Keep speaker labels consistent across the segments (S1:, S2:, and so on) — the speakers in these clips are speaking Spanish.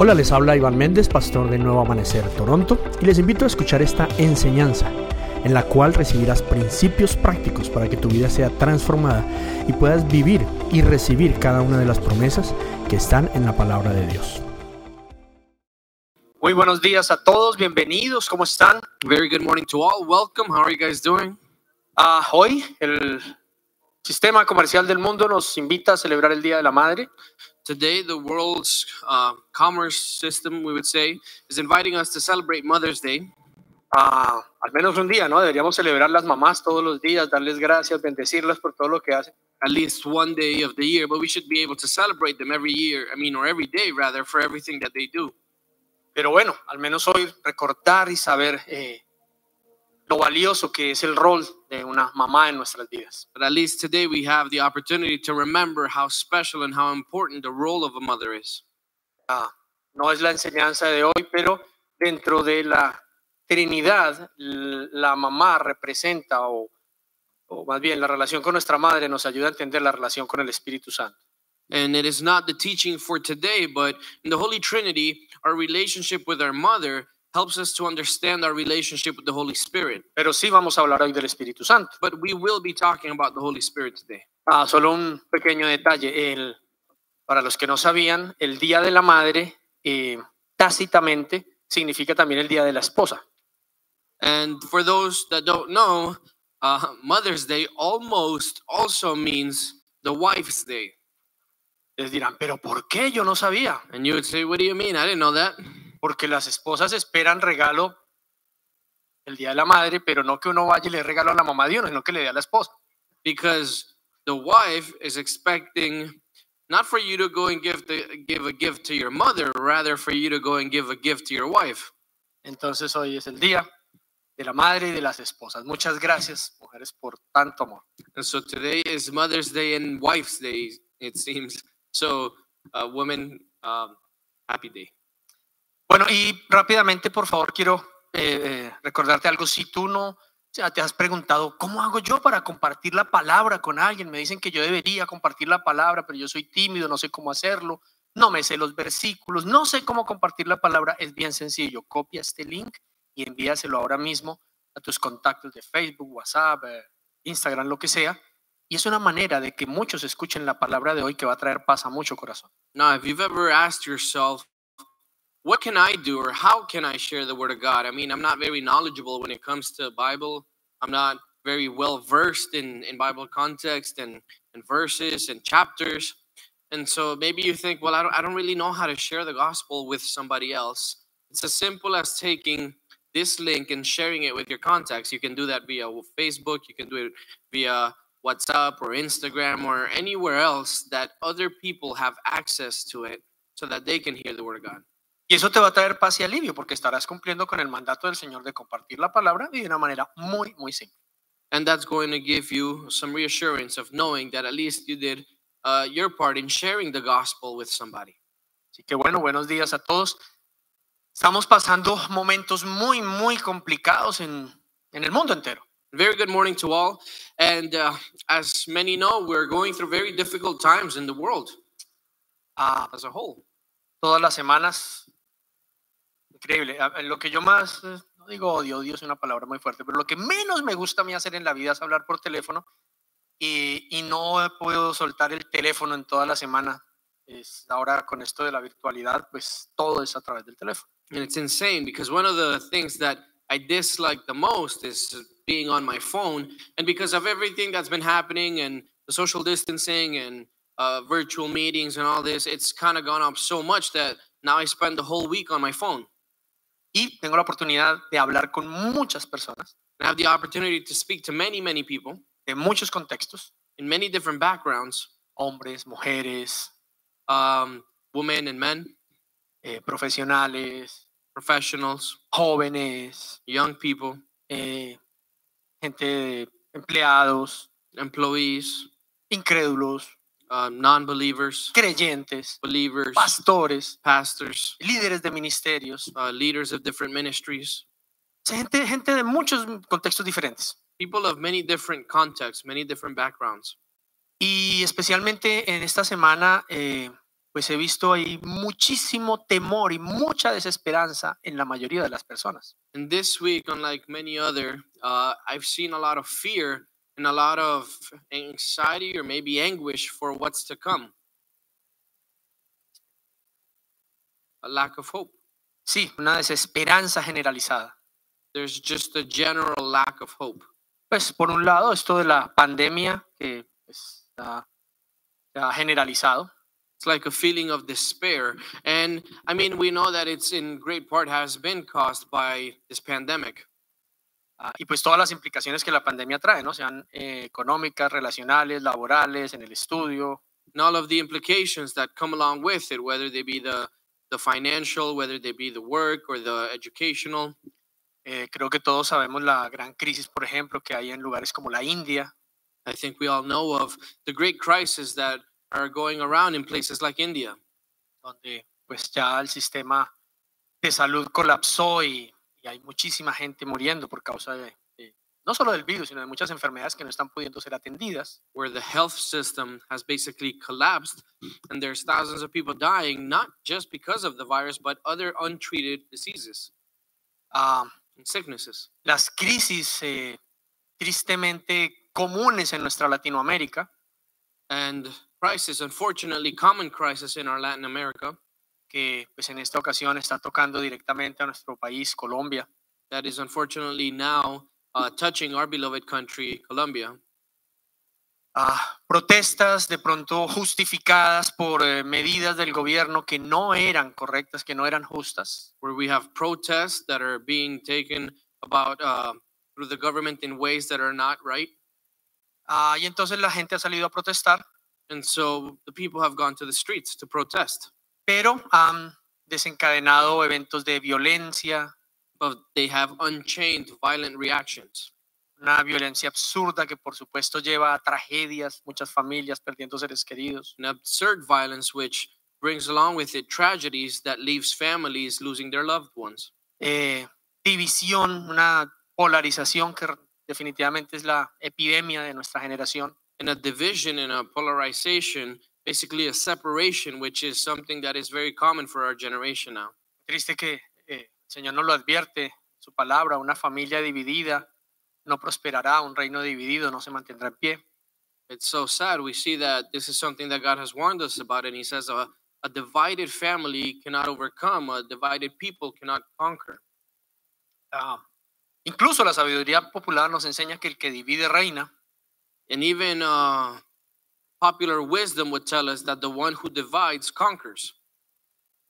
S1: Hola, les habla Iván Méndez, pastor de Nuevo Amanecer Toronto, y les invito a escuchar esta enseñanza en la cual recibirás principios prácticos para que tu vida sea transformada y puedas vivir y recibir cada una de las promesas que están en la palabra de Dios.
S2: Muy buenos días a todos, bienvenidos, ¿cómo están? Very good morning to all, welcome, how are you guys doing? Ah, hoy el sistema comercial del mundo nos invita a celebrar el Día de la Madre.
S3: Today, the world's uh, commerce system, we would say, is inviting us to celebrate Mother's Day.
S2: Ah, al menos un día, ¿no? Deberíamos celebrar las mamás todos los días, darles gracias, bendecirlas por todo lo que hacen.
S3: At least one day of the year, but we should be able to celebrate them every year, I mean, or every day rather, for everything that they do.
S2: Pero bueno, al menos hoy recordar y saber eh, lo valioso que es el rol de una mamá en nuestras vidas.
S3: But at least today, we have the opportunity to remember how special and how important the role of a mother is.
S2: Ah, no es la enseñanza de hoy, pero dentro de la Trinidad, l- la mamá representa, o, o más bien la relación con nuestra madre nos ayuda a entender la relación con el Espíritu Santo.
S3: And it is not the teaching for today, but in the Holy Trinity, our relationship with our mother helps us to understand our relationship with the Holy Spirit.
S2: Pero sí vamos a hablar hoy del Espíritu Santo.
S3: But we will be talking about the Holy Spirit today.
S2: Ah, solo un pequeño detalle. El, para los que no sabían, el Día de la Madre eh, tácitamente significa también el Día de la Esposa.
S3: And for those that don't know, uh, Mother's Day almost also means the wife's day.
S2: Les dirán, pero ¿por qué? Yo no sabía.
S3: And you would say, What do you mean? I didn't know that.
S2: Porque las esposas esperan regalo el Día de la Madre, pero no que uno vaya y le dé regalo a la mamá de uno, sino que le dé a la esposa.
S3: Because the wife is expecting not for you to go and give, the, give a gift to your mother, rather for you to go and give a gift to your wife.
S2: Entonces hoy es el Día de la Madre y de las Esposas. Muchas gracias, mujeres, por tanto amor.
S3: And so today is Mother's Day and Wife's Day, it seems. So, uh, women, um, happy day.
S2: Bueno, y rápidamente, por favor, quiero eh, eh, recordarte algo. Si tú no ya te has preguntado, ¿cómo hago yo para compartir la palabra con alguien? Me dicen que yo debería compartir la palabra, pero yo soy tímido, no sé cómo hacerlo, no me sé los versículos, no sé cómo compartir la palabra. Es bien sencillo. Copia este link y envíaselo ahora mismo a tus contactos de Facebook, WhatsApp, eh, Instagram, lo que sea. Y es una manera de que muchos escuchen la palabra de hoy que va a traer paz a mucho corazón.
S3: Now, if you've ever asked yourself, what can I do or how can I share the word of God? I mean, I'm not very knowledgeable when it comes to Bible. I'm not very well versed in, in Bible context and, and verses and chapters. And so maybe you think, well, I don't, I don't really know how to share the gospel with somebody else. It's as simple as taking this link and sharing it with your contacts. You can do that via Facebook, you can do it via WhatsApp or Instagram or anywhere else that other people have access to it so that they can hear the word of God.
S2: Y eso te va a traer paz y alivio porque estarás cumpliendo con el mandato del Señor de compartir la palabra y de una manera muy, muy simple.
S3: and that's going to give you some reassurance of knowing that at least you did uh, your part in sharing the gospel with somebody.
S2: Así que bueno, buenos días a todos. Estamos pasando momentos muy, muy complicados en, en el mundo entero.
S3: Very good morning to all. And uh, as many know, we're going through very difficult times in the world
S2: Ah,
S3: as a whole.
S2: todas las semanas, increíble. Ah, Lo que yo más, eh, no digo odio, odio es una palabra muy fuerte, pero lo que menos me gusta a mí hacer en la vida es hablar por teléfono y, y no puedo soltar el teléfono en toda la semana. Es, ahora con esto de la virtualidad, pues todo es a través del teléfono.
S3: And it's insane because one of the things that I dislike the most is being on my phone. And because of everything that's been happening and the social distancing and uh, virtual meetings and all this, it's kind of gone up so much that now I spend the whole week on my phone.
S2: y tengo la oportunidad de hablar con muchas personas
S3: and I have the opportunity to speak to many, many people
S2: de muchos contextos,
S3: in many different backgrounds,
S2: hombres, mujeres,
S3: um, women and men,
S2: eh, profesionales,
S3: professionals,
S2: jóvenes,
S3: young people,
S2: eh, gente, de empleados,
S3: employees,
S2: incrédulos,
S3: uh, non-believers,
S2: creyentes,
S3: believers,
S2: pastores,
S3: pastors,
S2: líderes de ministerios,
S3: uh, leaders of different ministries,
S2: o sea, gente, gente de muchos contextos diferentes.
S3: people of many different contexts, many different backgrounds.
S2: Y especialmente en esta semana, eh, pues he visto ahí muchísimo temor y mucha desesperanza en la mayoría de las personas.
S3: And this week, unlike many other, uh, I've seen a lot of fear and a lot of anxiety or maybe anguish for what's to come. A lack of hope.
S2: Sí, una desesperanza generalizada.
S3: There's just a general lack of hope.
S2: Pues por un lado, esto de la pandemia que pues, ha- se ha generalizado.
S3: It's like a feeling of despair. And I mean, we know that it's in great part has been caused by this pandemic.
S2: Ah, y pues todas las implicaciones que la pandemia trae, ¿no? Sean eh, económicas, relacionales, laborales, en el estudio.
S3: and all of the implications that come along with it, whether they be the the financial, whether they be the work or the educational.
S2: Eh, creo que todos sabemos la gran crisis, por ejemplo, que hay en lugares como la India,
S3: I think we all know of the great crises that are going around in places like India,
S2: donde pues ya el sistema de salud colapsó y, y hay muchísima gente muriendo por causa de, de- no solo del virus, sino de muchas enfermedades que no están pudiendo ser atendidas.
S3: where the health system has basically collapsed, and there's thousands of people dying not just because of the virus, but other untreated diseases
S2: Ah,
S3: and sicknesses.
S2: las crisis eh, tristemente comunes en nuestra Latinoamérica,
S3: And crisis, unfortunately, common crisis in our Latin America
S2: que pues en esta ocasión está tocando directamente a nuestro país, Colombia.
S3: that is unfortunately now uh, touching our beloved country, Colombia.
S2: ah, protestas de pronto justificadas por eh, medidas del gobierno que no eran correctas, que no eran justas,
S3: where we have protests that are being taken about uh, through the government in ways that are not right.
S2: Ah, y entonces la gente ha salido a protestar,
S3: And so the people have gone to the streets to protest,
S2: pero han desencadenado eventos de violencia,
S3: but they have unchained violent reactions.
S2: una violencia absurda que por supuesto lleva a tragedias, muchas familias perdiendo seres queridos.
S3: An absurd violence which brings along with it tragedies that leaves families losing their loved ones.
S2: eh, división, una polarización que r- definitivamente es la epidemia de nuestra generación.
S3: And a division and a polarization, basically a separation, which is something that is very common for our generation now.
S2: Triste que eh, el Señor nos lo advierte, en su palabra, una familia dividida no prosperará, un reino dividido no se mantendrá en pie.
S3: It's so sad. We see that this is something that God has warned us about, and He says a, a divided family cannot overcome, a divided people cannot conquer.
S2: Ah, incluso la sabiduría popular nos enseña que el que divide reina,
S3: And even uh, popular wisdom would tell us that the one who divides conquers.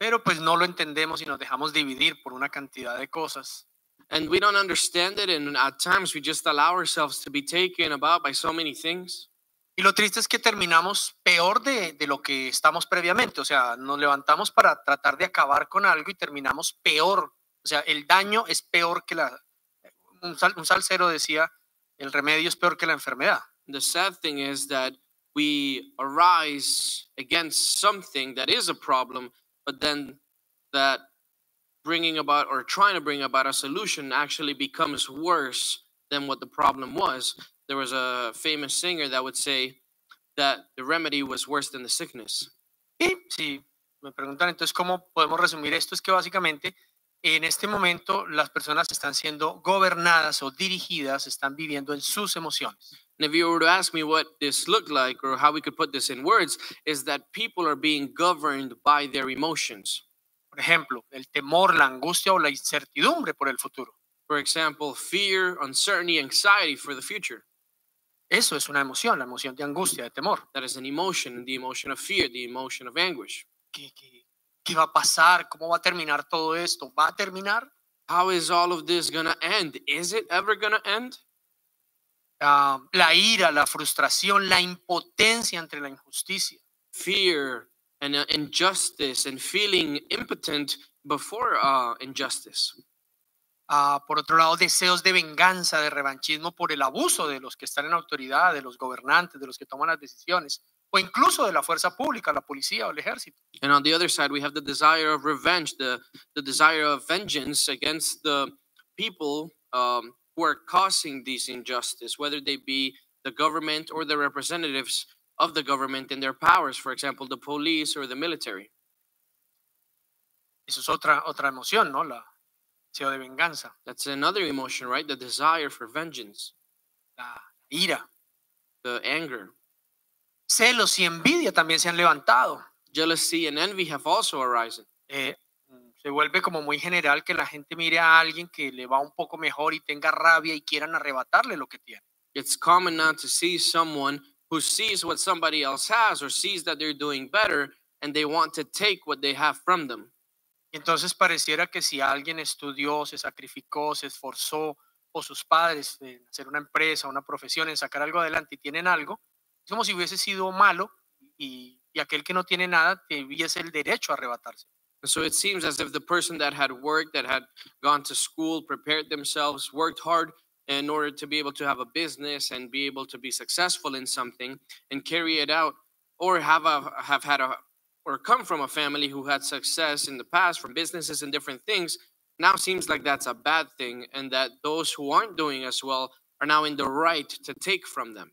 S2: pero pues no lo entendemos y nos dejamos dividir por una cantidad de cosas.
S3: And we don't understand it, and at times we just allow ourselves to be taken about by so many things.
S2: Y lo triste es que terminamos peor de, de lo que estamos previamente, o sea, nos levantamos para tratar de acabar con algo y terminamos peor. O sea, el daño es peor que la... Un, sal- un salsero decía, el remedio es peor que la enfermedad.
S3: The sad thing is that we arise against something that is a problem, but then that bringing about or trying to bring about a solution actually becomes worse than what the problem was. There was a famous singer that would say that the remedy was worse than the sickness.
S2: Y si me preguntan entonces cómo podemos resumir esto, es que básicamente en este momento las personas están siendo gobernadas o dirigidas, están viviendo en sus emociones.
S3: And if you were to ask me what this looked like or how we could put this in words, is that people are being governed by their emotions.
S2: Por ejemplo, el temor, la angustia o la incertidumbre por el futuro.
S3: For example, fear, uncertainty, anxiety for the future.
S2: Eso es una emoción, la emoción de angustia, de temor.
S3: that is an emotion, and the emotion of fear, the emotion of anguish.
S2: ¿Qué, qué, qué va a pasar? ¿Cómo va a terminar todo esto? ¿Va a terminar?
S3: How is all of this gonna end? Is it ever gonna end?
S2: Ah, la ira, la frustración, la impotencia ante la injusticia.
S3: Fear and uh, injustice, and feeling impotent before uh, injustice.
S2: Ah, por otro lado, deseos de venganza, de revanchismo por el abuso de los que están en autoridad, de los gobernantes, de los que toman las decisiones, o incluso de la fuerza pública, la policía o el ejército.
S3: And on the other side, we have the desire of revenge, the the desire of vengeance against the people um, who are causing these injustice, whether they be the government or the representatives of the government and their powers, for example, the police or the military.
S2: Eso es otra, otra emoción, ¿no? La deseo de venganza,
S3: That's another emotion, right? The desire for vengeance,
S2: la ira.
S3: the anger.
S2: Celos y envidia también se han levantado.
S3: Jealousy and envy have also arisen.
S2: Eh, mm, se vuelve como muy general que la gente mire a alguien que le va un poco mejor y tenga rabia y quieran arrebatarle lo que tiene.
S3: It's common now to see someone who sees what somebody else has or sees that they're doing better and they want to take what they have from them.
S2: Y entonces pareciera que si alguien estudió, se sacrificó, se esforzó, o sus padres en hacer una empresa, una profesión, en sacar algo adelante y tienen algo, es como si hubiese sido malo y, y aquel que no tiene nada tuviese el derecho a arrebatarse.
S3: And so it seems as if the person that had worked, that had gone to school, prepared themselves, worked hard in order to be able to have a business and be able to be successful in something and carry it out, or have a, have had a or come from a family who had success in the past from businesses and different things, now seems like that's a bad thing, and that those who aren't doing as well are now in the right to take from them.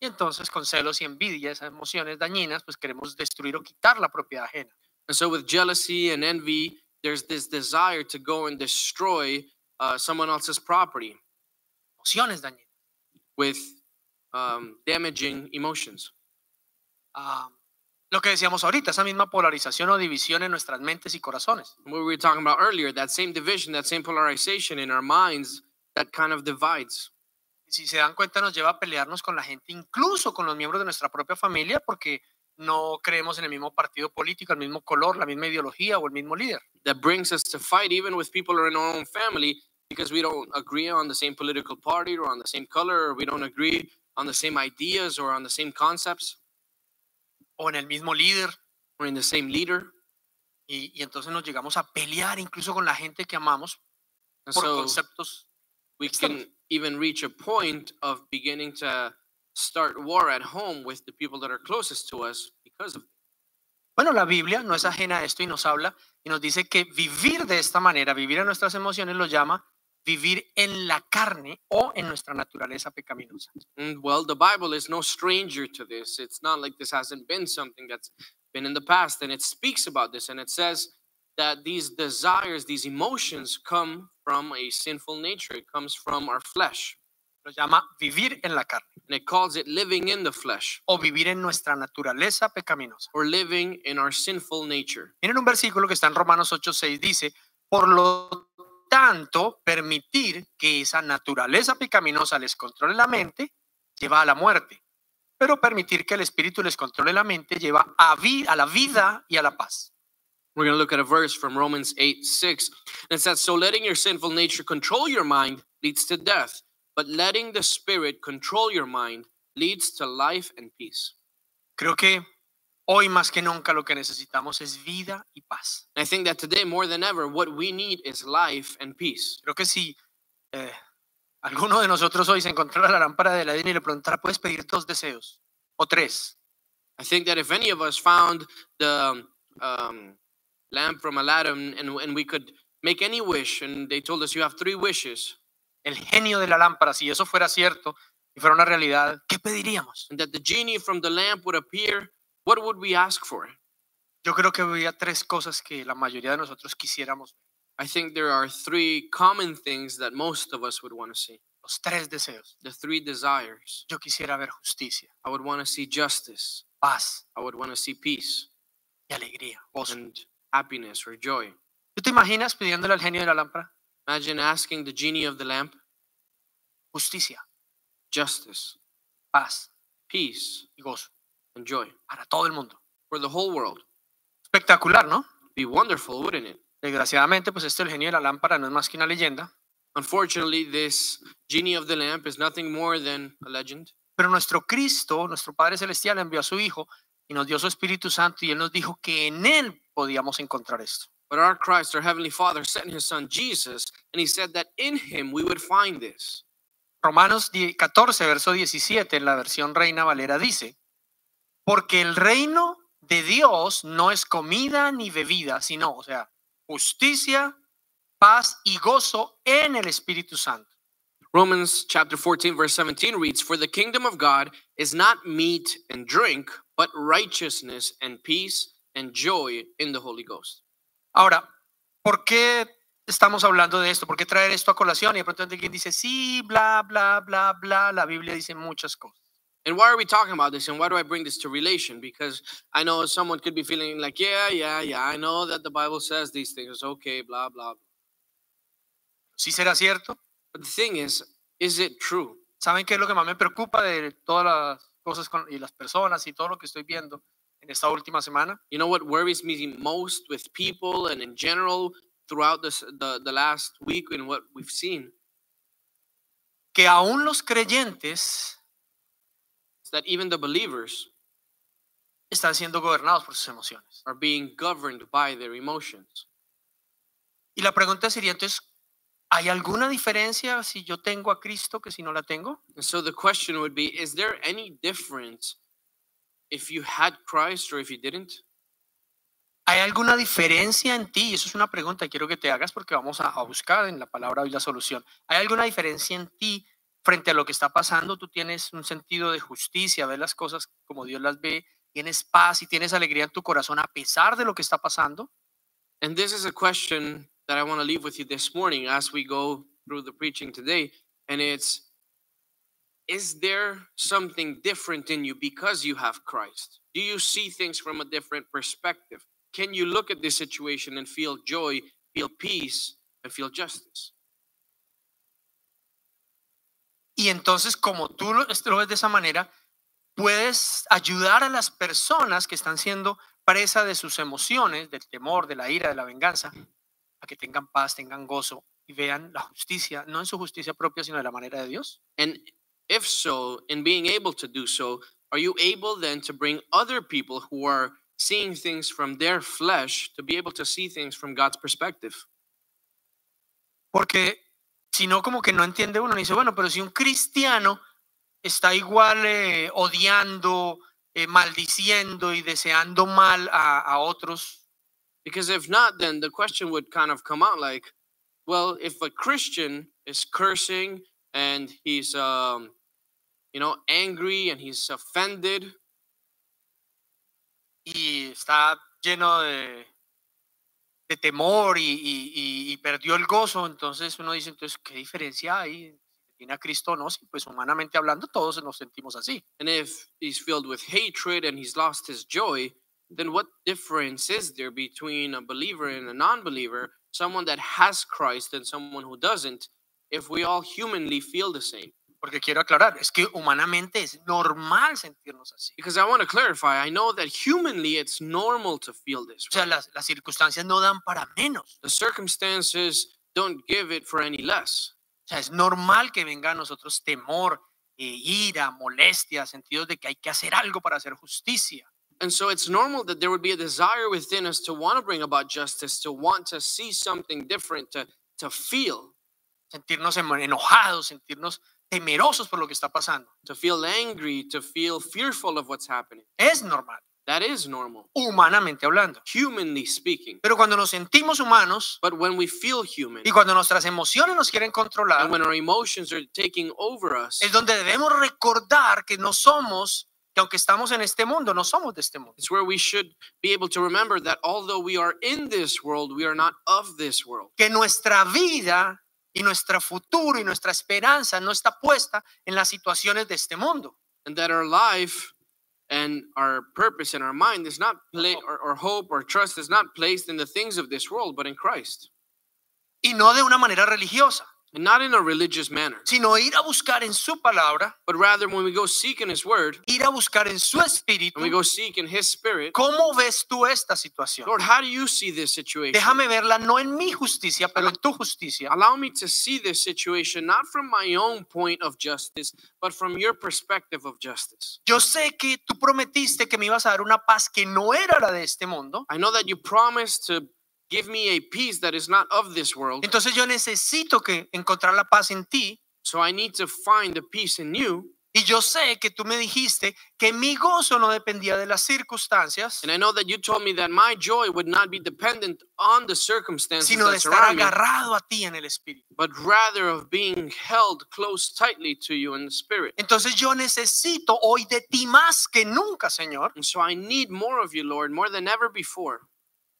S2: Y entonces con celos y envidia, esas emociones dañinas, pues queremos destruir o quitar la propiedad ajena.
S3: And so, with jealousy and envy, there's this desire to go and destroy uh, someone else's property
S2: Emociones dañinas.
S3: with um, damaging emotions.
S2: Ah, lo que decíamos ahorita, esa misma polarización o división en nuestras mentes y corazones.
S3: What we were talking about earlier, that same division, that same polarization in our minds that kind of divides.
S2: Y si se dan cuenta, nos lleva a pelearnos con la gente, incluso con los miembros de nuestra propia familia, porque no creemos en el mismo partido político, el mismo color, la misma ideología o el mismo líder.
S3: that brings us to fight even with people who are in our own family because we don't agree on the same political party or on the same color or we don't agree on the same ideas or on the same concepts
S2: o en el mismo líder.
S3: or in the same leader.
S2: Y, y entonces nos llegamos a pelear incluso con la gente que amamos
S3: And
S2: por
S3: so
S2: conceptos.
S3: we
S2: external.
S3: can even reach a point of beginning to start war at home with the people that are closest to us because of
S2: Bueno, la Biblia no es ajena a esto y nos habla y nos dice que vivir de esta manera, vivir en nuestras emociones, lo llama vivir en la carne o en nuestra naturaleza pecaminosa.
S3: And Mm, well, the Bible is no stranger to this. It's not like this hasn't been something that's been in the past. And it speaks about this and it says that these desires, these emotions come from a sinful nature, it comes from our flesh.
S2: Lo llama vivir en la carne
S3: And it calls it living in the flesh
S2: o vivir en nuestra naturaleza pecaminosa.
S3: or living in our sinful nature.
S2: Miren un versículo que está en Romanos 8:6 dice, por lo tanto, permitir que esa naturaleza pecaminosa les controle la mente lleva a la muerte, pero permitir que el espíritu les controle la mente lleva a, vi- a la vida y a la paz.
S3: We're going to look at a verse from Romans 8 6. And it says, So letting your sinful nature control your mind leads to death, but letting the spirit control your mind leads to life and peace.
S2: Creo que hoy más que nunca lo que necesitamos es vida y paz.
S3: I think that today, more than ever, what we need is life and peace.
S2: Creo que si eh, alguno de nosotros hoy se encontrara la lámpara de Aladín y le preguntara, ¿puedes pedir dos deseos? O tres.
S3: I think that if any of us found the um, lamp from Aladdin and, and we could make any wish, and they told us you have three wishes,
S2: el genio de la lámpara, si eso fuera cierto y fuera una realidad, ¿qué pediríamos?
S3: and that the genie from the lamp would appear, what would we ask for?
S2: Yo creo que habría tres cosas que la mayoría de nosotros quisiéramos,
S3: I think there are three common things that most of us would want to see
S2: los tres deseos.
S3: the three desires.
S2: Yo quisiera ver justicia,
S3: I would want to see justice,
S2: paz
S3: I would want to see peace
S2: y alegría, gozo.
S3: and happiness or joy.
S2: ¿Tú te imaginas pidiéndole al genio de la lámpara
S3: Imagine asking the genie of the lamp
S2: justicia,
S3: justice,
S2: paz
S3: peace,
S2: y gozo
S3: and joy
S2: para todo el mundo?
S3: for the whole world.
S2: Espectacular, ¿no?
S3: Be wonderful, wouldn't it?
S2: Desgraciadamente, pues este el genio de la lámpara no es más que una leyenda,
S3: Unfortunately, this genie of the lamp is nothing more than a legend.
S2: pero nuestro Cristo, nuestro Padre Celestial, envió a su Hijo y nos dio su Espíritu Santo y Él nos dijo que en Él podíamos encontrar esto.
S3: But our Christ, our Heavenly Father, sent His Son Jesus, and He said that in Him we would find this.
S2: Romanos 10 14, verso 17, en la versión Reina Valera dice, porque el reino de Dios no es comida ni bebida, sino, o sea, justicia, paz y gozo en el Espíritu Santo.
S3: Romans chapter 14, verse 17 reads, For the kingdom of God is not meat and drink, but righteousness and peace and joy in the Holy Ghost.
S2: Ahora, ¿por qué estamos hablando de esto? ¿Por qué traer esto a colación? Y de pronto alguien dice, sí, bla, bla, bla, bla, la Biblia dice muchas cosas.
S3: And why are we talking about this? And why do I bring this to relation? Because I know someone could be feeling like, yeah, yeah, yeah, I know that the Bible says these things. Okay, blah, blah. blah."
S2: ¿Sí será cierto?
S3: But the thing is, is it true?
S2: ¿Saben qué es lo que más me preocupa de todas las cosas con- y las personas y todo lo que estoy viendo en esta última semana?
S3: You know what worries me most with people and in general throughout this, the, the last week and what we've seen
S2: Que aún los creyentes
S3: is that even the believers
S2: están siendo gobernados por sus emociones.
S3: are being governed by their emotions.
S2: Y la pregunta sería entonces, ¿hay alguna diferencia si yo tengo a Cristo que si no la tengo?
S3: And so the question would be Is there any difference if you had Christ or if you didn't?
S2: ¿Hay alguna diferencia en ti? Y Eso es una pregunta que quiero que te hagas porque vamos a, a buscar en la palabra hoy la solución. ¿Hay alguna diferencia en ti frente a lo que está pasando? Tú tienes un sentido de justicia, ves las cosas como Dios las ve, tienes paz y tienes alegría en tu corazón a pesar de lo que está pasando.
S3: And this is a question that I want to leave with you this morning as we go through the preaching today. And it's Is there something different in you because you have Christ? Do you see things from a different perspective? Can you look at this situation and feel joy, feel peace, and feel justice?
S2: Y entonces, como tú lo, es- lo ves de esa manera, puedes ayudar a las personas que están siendo presa de sus emociones, del temor, de la ira, de la venganza, a que tengan paz, tengan gozo y vean la justicia, no en su justicia propia, sino de la manera de Dios.
S3: And if so, in being able to do so, are you able then to bring other people who are seeing things from their flesh to be able to see things from God's perspective?
S2: Porque si no, como que no entiende uno. Y dice, bueno, pero si un cristiano está igual eh, odiando, eh, maldiciendo y deseando mal a, a otros,
S3: Because if not, then the question would kind of come out like, well, if a Christian is cursing and he's, um, you know, angry and he's offended
S2: y está lleno de, de temor y, y- y- y perdió el gozo, entonces uno dice, entonces, ¿qué diferencia hay? ¿Tiene a Cristo o no? Sí, pues humanamente hablando, todos nos sentimos así.
S3: and if he's filled with hatred and he's lost his joy, then what difference is there between a believer and a non believer, someone that has Christ and someone who doesn't, if we all humanly feel the same?
S2: Porque quiero aclarar, es que humanamente es normal sentirnos así.
S3: Because I want to clarify, I know that humanly it's normal to feel this.
S2: O sea, las, las circunstancias no dan para menos.
S3: The circumstances don't give it for any less.
S2: O sea, es normal que venga a nosotros temor, eh, ira, molestia, sentidos de que hay que hacer algo para hacer justicia.
S3: And so it's normal that there would be a desire within us to want to bring about justice, to want to see something different, to, to feel,
S2: Sentirnos emo- enojados, sentirnos temerosos por lo que está pasando.
S3: to feel angry, to feel fearful of what's happening.
S2: Es normal,
S3: That is normal,
S2: humanamente hablando.
S3: humanly speaking.
S2: Pero cuando nos sentimos humanos
S3: But when we feel human
S2: y cuando nuestras emociones nos quieren
S3: and
S2: controlar,
S3: when our emotions are taking over us,
S2: es donde debemos recordar que no somos, que aunque estamos en este mundo, no somos de este mundo.
S3: it's where we should be able to remember that although we are in this world, we are not of this world.
S2: que nuestra vida y nuestro futuro y nuestra esperanza no está puesta en las situaciones de este mundo.
S3: and that our life and our purpose and our mind is not pla- or, or hope or trust is not placed in the things of this world but in christ
S2: Y no de una manera religiosa,
S3: and not in a religious manner
S2: sino ir a buscar en su palabra,
S3: but rather when we go seek in his word
S2: ir a buscar en su espíritu.
S3: and we go seek in his spirit
S2: ¿Cómo ves tú esta situación?
S3: lord how do you see this situation
S2: Déjame verla no en mi justicia, pero en tu justicia.
S3: allow me to see this situation not from my own point of justice but from your perspective of justice
S2: Yo sé que tú prometiste que me ibas a dar una paz que no era la de este mundo.
S3: i know that you promised to give me a peace that is not of this world
S2: Entonces yo necesito que encontrar la paz en ti
S3: so i need to find the peace in you
S2: Y yo sé que tú me dijiste que mi gozo no dependía de las circunstancias,
S3: And I know that you told me that my joy would not be dependent on the circumstances
S2: sino de
S3: that
S2: estar
S3: surround me,
S2: agarrado a ti en el Espíritu.
S3: but rather of being held close tightly to you in the spirit.
S2: Entonces yo necesito hoy de ti más que nunca, Señor,
S3: And so I need more of you, Lord, more than ever before.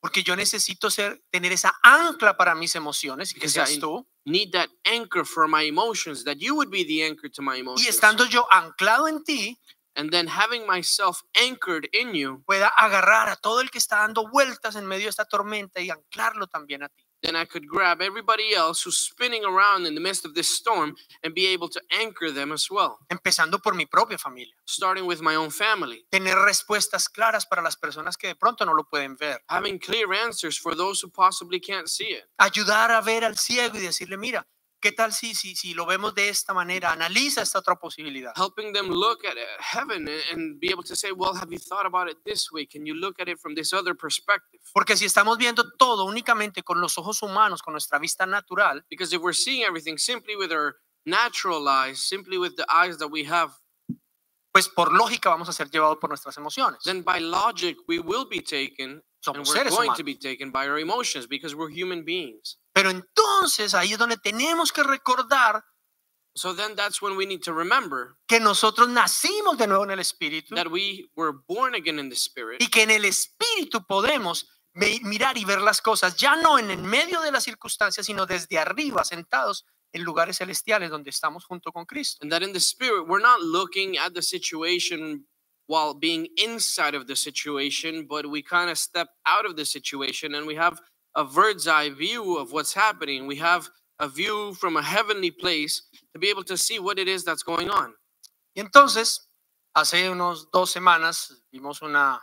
S2: porque yo necesito ser, tener esa ancla para mis emociones, y que
S3: Because I-
S2: seas tú.
S3: Need that anchor for my emotions, that you would be the anchor to my
S2: Y
S3: emotions.
S2: estando yo anclado en ti,
S3: And then having myself anchored in you,
S2: pueda agarrar a todo el que está dando vueltas en medio de esta tormenta y anclarlo también a ti.
S3: then I could grab everybody else who's spinning around in the midst of this storm and be able to anchor them as well,
S2: Empezando por mi propia familia.
S3: starting with my own family,
S2: Tener respuestas claras para las personas que de pronto no lo pueden ver.
S3: having clear answers for those who possibly can't see it.
S2: Ayudar a ver al ciego y decirle, mira, ¿qué tal si, si, si lo vemos de esta manera? Analiza esta otra posibilidad.
S3: helping them look at uh, heaven a- and be able to say, well, have you thought about it this way? Can you look at it from this other perspective?
S2: Porque si estamos viendo todo únicamente con los ojos humanos, con nuestra vista natural,
S3: Because if we're seeing everything simply with our natural eyes, simply with the eyes that we have,
S2: pues por lógica vamos a ser llevados por nuestras emociones.
S3: then by logic, we will be taken and
S2: Somos
S3: we're
S2: seres
S3: going to
S2: humanos.
S3: be taken by our emotions because we're human beings.
S2: Pero entonces ahí es donde tenemos que recordar
S3: So then that's when we need to remember
S2: que nosotros nacimos de nuevo en el Espíritu
S3: that we were born again in the spirit
S2: y que en el Espíritu podemos ve- mirar y ver las cosas, ya no en el medio de las circunstancias, sino desde arriba, sentados en lugares celestiales donde estamos junto con Cristo.
S3: and that in the spirit, we're not looking at the situation while being inside of the situation, but we kind of step out of the situation and we have a bird's eye view of what's happening. We have a view from a heavenly place to be able to see what it is that's going on.
S2: Y entonces, hace unos dos semanas vimos una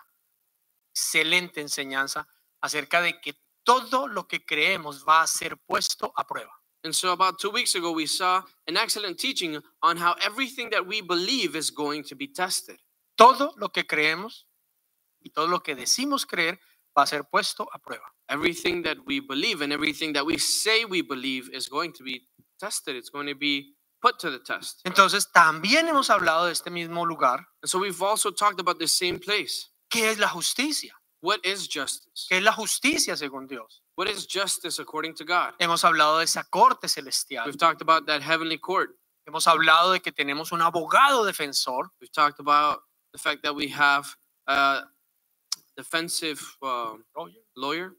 S2: excelente enseñanza acerca de que todo lo que creemos va a ser puesto a prueba.
S3: And so, about two weeks ago, we saw an excellent teaching on how everything that we believe is going to be tested.
S2: Todo lo que creemos y todo lo que decimos creer va a ser puesto a prueba.
S3: Everything that we believe and everything that we say we believe is going to be tested, it's going to be put to the test.
S2: Entonces, también hemos hablado de este mismo lugar,
S3: And so we've also talked about the same place.
S2: que es la justicia.
S3: What is justice?
S2: que es la justicia según Dios.
S3: What is justice according to God?
S2: Hemos hablado de esa corte celestial.
S3: We've talked about that heavenly court.
S2: Hemos hablado de que tenemos un abogado defensor
S3: We've talked about the fact that we have a defensive uh, lawyer,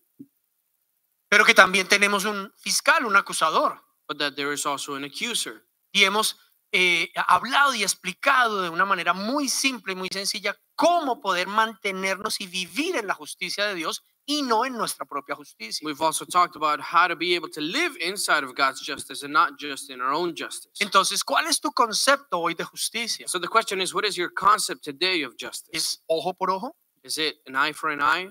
S2: pero que también tenemos un fiscal, un acusador.
S3: but that there is also an accuser.
S2: Y hemos eh, hablado y explicado de una manera muy simple y muy sencilla cómo poder mantenernos y vivir en la justicia de Dios y no en nuestra propia justicia.
S3: We've also talked about how to be able to live inside of God's justice and not just in our own justice.
S2: Entonces, ¿cuál es tu concepto hoy de justicia?
S3: So the question is, what is your concept today of justice?
S2: ¿Es ojo por ojo,
S3: Is it an eye for an eye,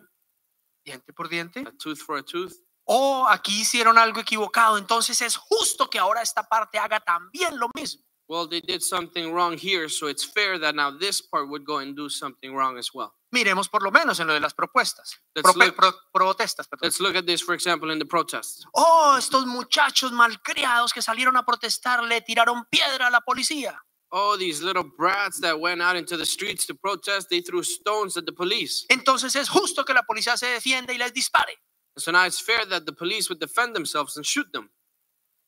S2: diente por diente?
S3: a tooth for a tooth?
S2: o aquí hicieron algo equivocado, entonces es justo que ahora esta parte haga también lo mismo.
S3: well, they did something wrong here, so it's fair that now this part would go and do something wrong as well.
S2: Miremos por lo menos en lo de las propuestas,
S3: Let's
S2: prope-
S3: look-
S2: pro- protestas, perdón.
S3: Let's look at this, for example, in the protests.
S2: Oh, estos muchachos malcriados que salieron a protestar le tiraron piedra a la policía.
S3: Oh, these little brats that went out into the streets to protest, they threw stones at the police.
S2: Entonces es justo que la policía se defienda y les dispare.
S3: So now it's fair that the police would defend themselves and shoot them.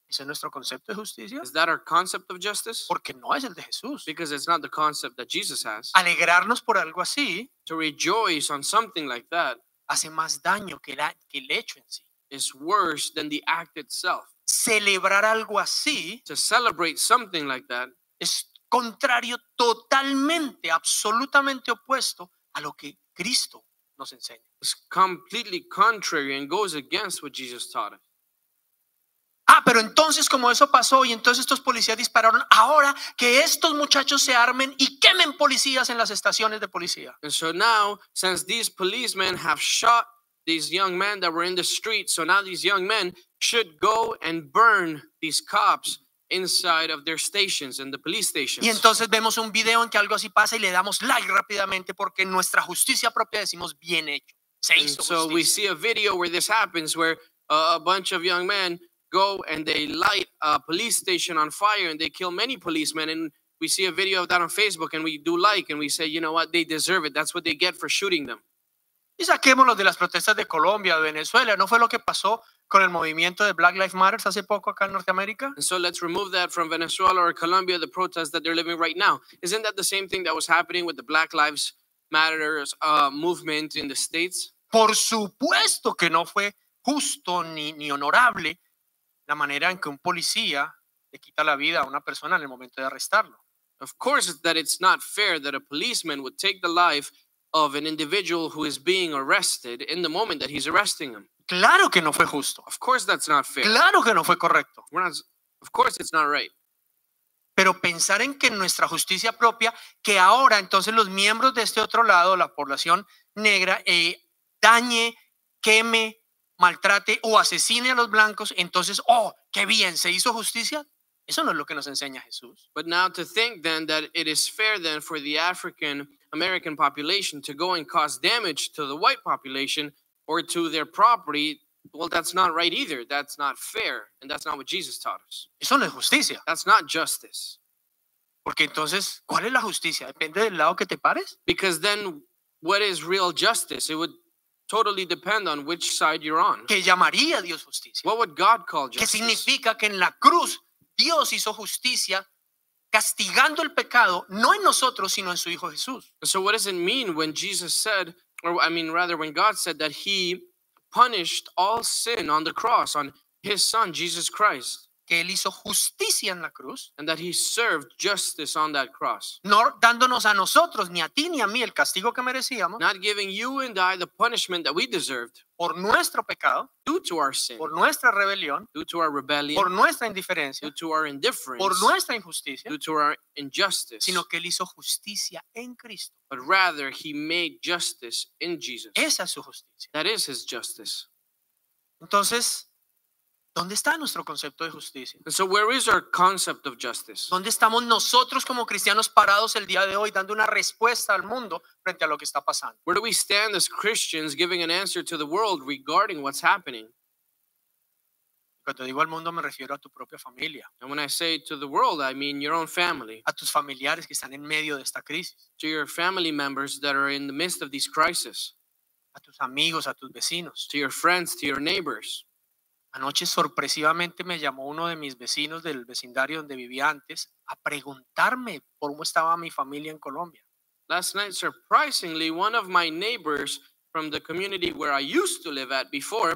S2: Ese es nuestro concepto de justicia,
S3: Is that our concept of justice?
S2: porque no es el de Jesús.
S3: Because it's not the concept that Jesus has.
S2: Alegrarnos por algo así
S3: To rejoice on something like that
S2: hace más daño que, la- que el hecho en sí.
S3: is worse than the act itself.
S2: Celebrar algo así
S3: To celebrate something like that
S2: es contrario totalmente, absolutamente opuesto a lo que Cristo nos enseña.
S3: is completely contrary and goes against what Jesus taught us.
S2: Ah, pero entonces como eso pasó y entonces estos policías dispararon, ahora que estos muchachos se armen y quemen policías en las estaciones de policía.
S3: And so now, since these policemen have shot these young men that were in the street, so now these young men should go and burn these cops inside of their stations and the police stations.
S2: Y entonces vemos un video en que algo así pasa y le damos like rápidamente porque en nuestra justicia propia decimos bien hecho. Se
S3: and
S2: hizo
S3: so we
S2: justicia".
S3: see a video where this happens, where uh, a bunch of young men go and they light a police station on fire and they kill many policemen. And we see a video of that on Facebook and we do like and we say, you know what, they deserve it. That's what they get for shooting them.
S2: Y saquémoslo de las protestas de Colombia, de Venezuela. ¿No fue lo que pasó con el movimiento de Black Lives Matter hace poco acá en Norteamérica?
S3: And so let's remove that from Venezuela or Colombia, the protests that they're living right now. Isn't that the same thing that was happening with the Black Lives Matters uh, movement in the States?
S2: Por supuesto que no fue justo ni, ni honorable la manera en que un policía le quita la vida a una persona en el momento de arrestarlo.
S3: Of course, that it's not fair that a policeman would take the life of an individual who is being arrested in the moment that he's arresting him.
S2: Claro que no fue justo.
S3: Of course, that's not fair.
S2: Claro que no fue correcto.
S3: We're not, of course, it's not right.
S2: Pero pensar en que nuestra justicia propia, que ahora entonces los miembros de este otro lado, la población negra, eh, dañe, queme, maltrate o asesine a los blancos, entonces, oh, qué bien, se hizo justicia. Eso no es lo que nos enseña Jesús.
S3: But now to think then that it is fair then for the African American population to go and cause damage to the white population or to their property, well, that's not right either. That's not fair. And that's not what Jesus taught us.
S2: Eso no es justicia.
S3: That's not justice.
S2: Porque entonces, ¿cuál es la justicia? ¿Depende del lado que te pares?
S3: Because then what is real justice? It would totally depend on which side you're on.
S2: Que llamaría Dios justicia.
S3: What would God call
S2: Que
S3: justice?
S2: significa que en la cruz Dios hizo justicia castigando el pecado, no en nosotros, sino en su Hijo Jesús.
S3: So what does it mean when Jesus said, or I mean, rather, when God said that He punished all sin on the cross on His Son Jesus Christ,
S2: Que Él hizo justicia en la cruz,
S3: and that He served justice on that cross,
S2: no dándonos a nosotros, ni a ti ni a mí, el castigo que merecíamos
S3: not giving you and I the punishment that we deserved
S2: por nuestro pecado,
S3: due to our sin,
S2: por nuestra rebelión,
S3: due to our
S2: por
S3: rebellion,
S2: nuestra
S3: due
S2: indiferencia,
S3: to our indifference,
S2: por nuestra injusticia,
S3: due to our injustice,
S2: sino que Él hizo justicia en Cristo.
S3: but rather He made justice in Jesus.
S2: Esa es su justicia.
S3: That is His justice.
S2: Entonces, ¿dónde está nuestro concepto de justicia?
S3: And so, where is our concept of justice?
S2: ¿Dónde estamos nosotros como cristianos parados el día de hoy dando una respuesta al mundo frente a lo que está pasando?
S3: Where do we stand as Christians giving an answer to the world regarding what's happening?
S2: Cuando digo al mundo me refiero a tu propia familia,
S3: And when I say to the world, I mean your own family,
S2: a tus familiares que están en medio de esta crisis,
S3: to your family members that are in the midst of these crises,
S2: a tus amigos, a tus vecinos.
S3: to your friends, to your neighbors.
S2: Anoche sorpresivamente me llamó uno de mis vecinos del vecindario donde vivía antes a preguntarme cómo estaba mi familia en Colombia.
S3: Last night, surprisingly, one of my neighbors from the community where I used to live at before,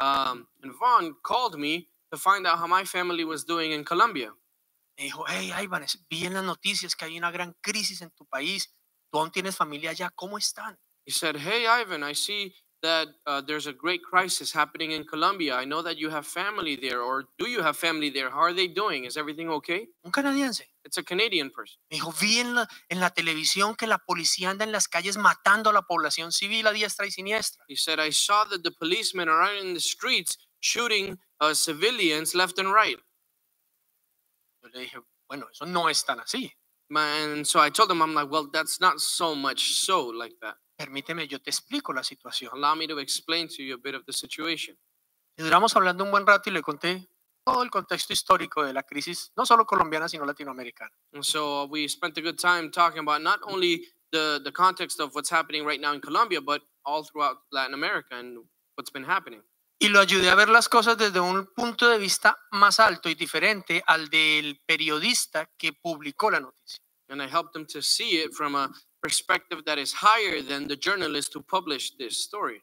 S3: um, and Vaughn called me to find out how my family was doing in Colombia.
S2: Me dijo, hey, Iván, es- vi en las noticias que hay una gran crisis en tu país. Tú aún tienes familia allá, ¿cómo están?
S3: He said, Hey, Ivan, I see that uh, there's a great crisis happening in Colombia. I know that you have family there, or do you have family there? How are they doing? Is everything okay?
S2: Un canadiense.
S3: It's a Canadian person.
S2: Me dijo, vi en la, en la televisión que la policía anda en las calles matando a la población civil a diestra y siniestra.
S3: He said, I saw that the policemen are out in the streets shooting uh, civilians left and right.
S2: Yo le dije, bueno, eso no es tan así.
S3: My- And so I told him, I'm like, Well, that's not so much so like that.
S2: Permíteme, yo te explico la situación.
S3: Allow me to explain to you a bit of the situation.
S2: Y duramos hablando un buen rato y le conté todo el contexto histórico de la crisis, no solo colombiana, sino latinoamericana.
S3: And so uh, we spent a good time talking about not only the, the context of what's happening right now in Colombia, but all throughout Latin America and what's been happening.
S2: Y lo ayudé a ver las cosas desde un punto de vista más alto y diferente al del periodista que publicó la noticia.
S3: And I helped them to see it from a perspective that is higher than the journalist who published this story,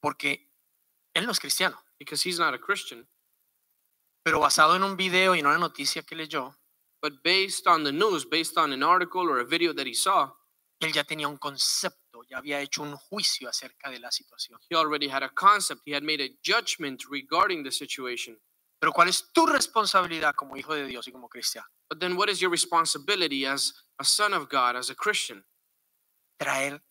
S2: Porque él no es cristiano,
S3: because he's not a Christian.
S2: pero basado en un video y en una noticia que leyó,
S3: But based on the news, based on an article or a video that he saw,
S2: él ya tenía un concepto, ya había hecho un juicio acerca de la situación.
S3: he already had a concept. He had made a judgment regarding the situation.
S2: Pero ¿cuál es tu responsabilidad como hijo de Dios y como cristiano?
S3: But then, what is your responsibility as a son of God, as a Christian?
S2: Traer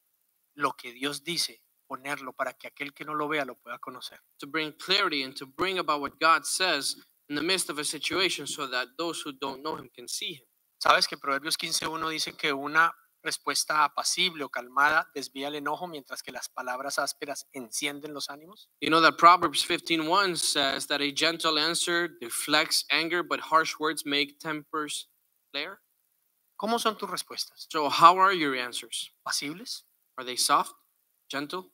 S2: lo que Dios dice, ponerlo para que aquel que no lo vea lo pueda conocer.
S3: to bring clarity and to bring about what God says in the midst of a situation so that those who don't know him can see him.
S2: Sabes que Proverbios 15.1 dice que una respuesta apacible o calmada desvía el enojo mientras que las palabras ásperas encienden los ánimos.
S3: You know that Proverbs 15:1 says that a gentle answer deflects anger but harsh words make tempers player?
S2: ¿Cómo son tus respuestas?
S3: So, how are your answers?
S2: ¿Pasibles?
S3: Are they soft, gentle?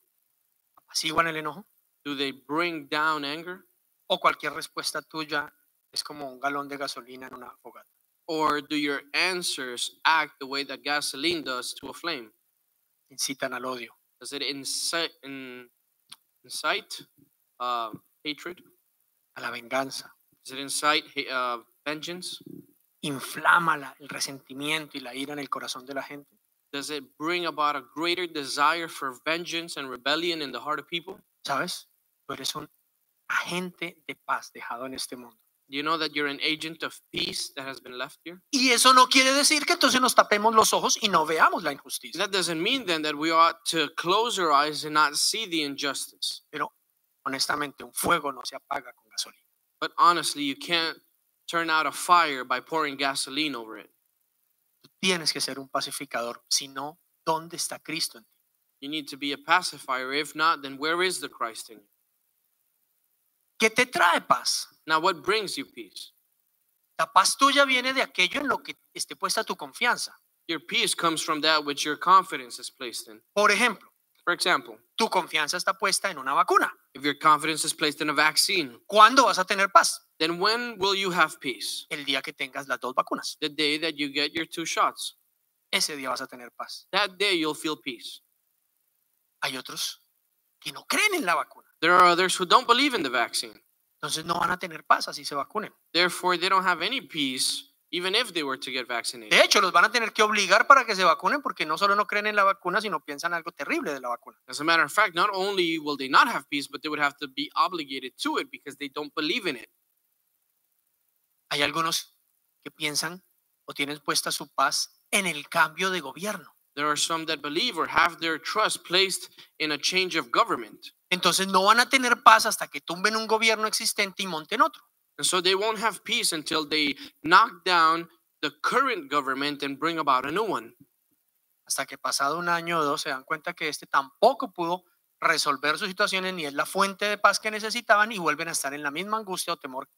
S2: ¿Apaciguan el enojo?
S3: Do they bring down anger?
S2: ¿O cualquier respuesta tuya es como un galón de gasolina en una fogata?
S3: Or do your answers act the way that gasoline does to a flame?
S2: Incitan al odio.
S3: Does it incite, in, incite uh, hatred?
S2: a la venganza,
S3: Does it incite ha- uh, vengeance?
S2: inflama la- el resentimiento y la ira en el corazón de la gente,
S3: Does it bring about a greater desire for vengeance and rebellion in the heart of people?
S2: ¿sabes? Tú eres un agente de paz dejado en este mundo.
S3: Do you know that you're an agent of peace that has been left here?
S2: Y eso no quiere decir que entonces nos tapemos los ojos y no veamos la injusticia.
S3: That doesn't mean then that we ought to close our eyes and not see the injustice.
S2: Honestamente, un fuego no se apaga con gasolina.
S3: But honestly, you can't turn out a fire by pouring gasoline over it.
S2: Tú tienes que ser un pacificador, si no, ¿dónde está Cristo en ti?
S3: You need to be a pacifier. If not, then where is the Christ in you?
S2: ¿Qué te trae paz?
S3: Now, what brings you peace?
S2: La paz tuya viene de aquello en lo que esté puesta tu confianza.
S3: Your peace comes from that which your confidence is placed in.
S2: Por ejemplo,
S3: For example,
S2: tu confianza está puesta en una vacuna.
S3: if your confidence is placed in a vaccine,
S2: ¿Cuándo vas a tener paz?
S3: then when will you have peace?
S2: El día que tengas las dos vacunas.
S3: The day that you get your two shots.
S2: ese día vas a tener paz.
S3: That day you'll feel peace.
S2: Hay otros que no creen en la vacuna,
S3: There are others who don't believe in the vaccine.
S2: entonces no van a tener paz así se vacunen.
S3: Therefore, they don't have any peace, even if they were to get vaccinated.
S2: De hecho, los van a tener que obligar para que se vacunen porque no solo no creen en la vacuna, sino piensan algo terrible de la vacuna.
S3: As a matter of fact, not only will they not have peace, but they would have to be obligated to it because they don't believe in it.
S2: Hay algunos que piensan o tienen puesta su paz en el cambio de gobierno.
S3: There are some that believe or have their trust placed in a change of government.
S2: Entonces no van a tener paz hasta que tumben un gobierno existente y monten otro.
S3: And so they won't have peace until they knock down the current government and bring about a new one.
S2: Hasta que pasado un año o dos se dan cuenta que este tampoco pudo resolver sus situaciones ni es la fuente de paz que necesitaban y vuelven a estar en la misma angustia o temor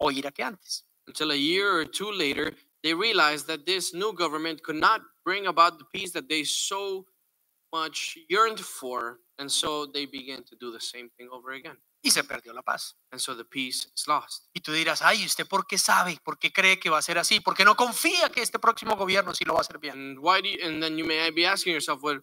S2: o ira que antes.
S3: until a year or two later, they realized that this new government could not bring about the peace that they so much yearned for. And so they began to do the same thing over again.
S2: y se perdió la paz.
S3: And so the peace is lost.
S2: Y tú dirás, ay, ¿y ¿usted por qué sabe? ¿Por qué cree que va a ser así? ¿Por qué no confía que este próximo gobierno sí lo va a hacer bien?
S3: And why do you, and then you may be asking yourself, well,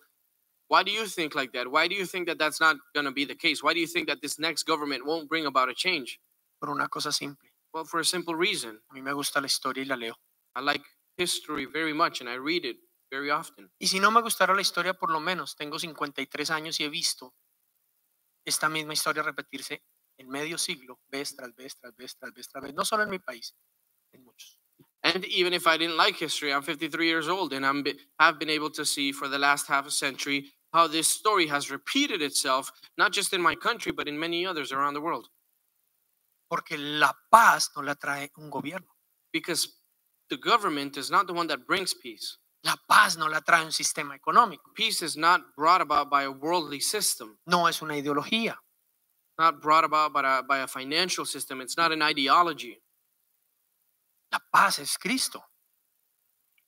S3: why do you think like that? Why do you think that that's not going to be the case? Why do you think that this next government won't bring about a change?
S2: Por una cosa simple.
S3: Well, for a simple reason.
S2: A mí me gusta la historia y la leo.
S3: I like history very much and I read it very often.
S2: Y si no me gustara la historia, por lo menos tengo 53 años y he visto esta misma historia repetirse en medio siglo, vez tras vez, tras vez, tras vez, tras vez. No solo en mi país, en muchos.
S3: And even if I didn't like history, I'm 53 years old and I'm be- have been able to see for the last half a century how this story has repeated itself, not just in my country, but in many others around the world.
S2: Porque la paz no la trae un gobierno.
S3: Because the government is not the one that brings peace.
S2: La paz no la trae un sistema económico.
S3: Peace is not brought about by a worldly system,
S2: No es una ideología.
S3: not brought about by a, by a financial system. It's not an ideology.
S2: La paz es Cristo.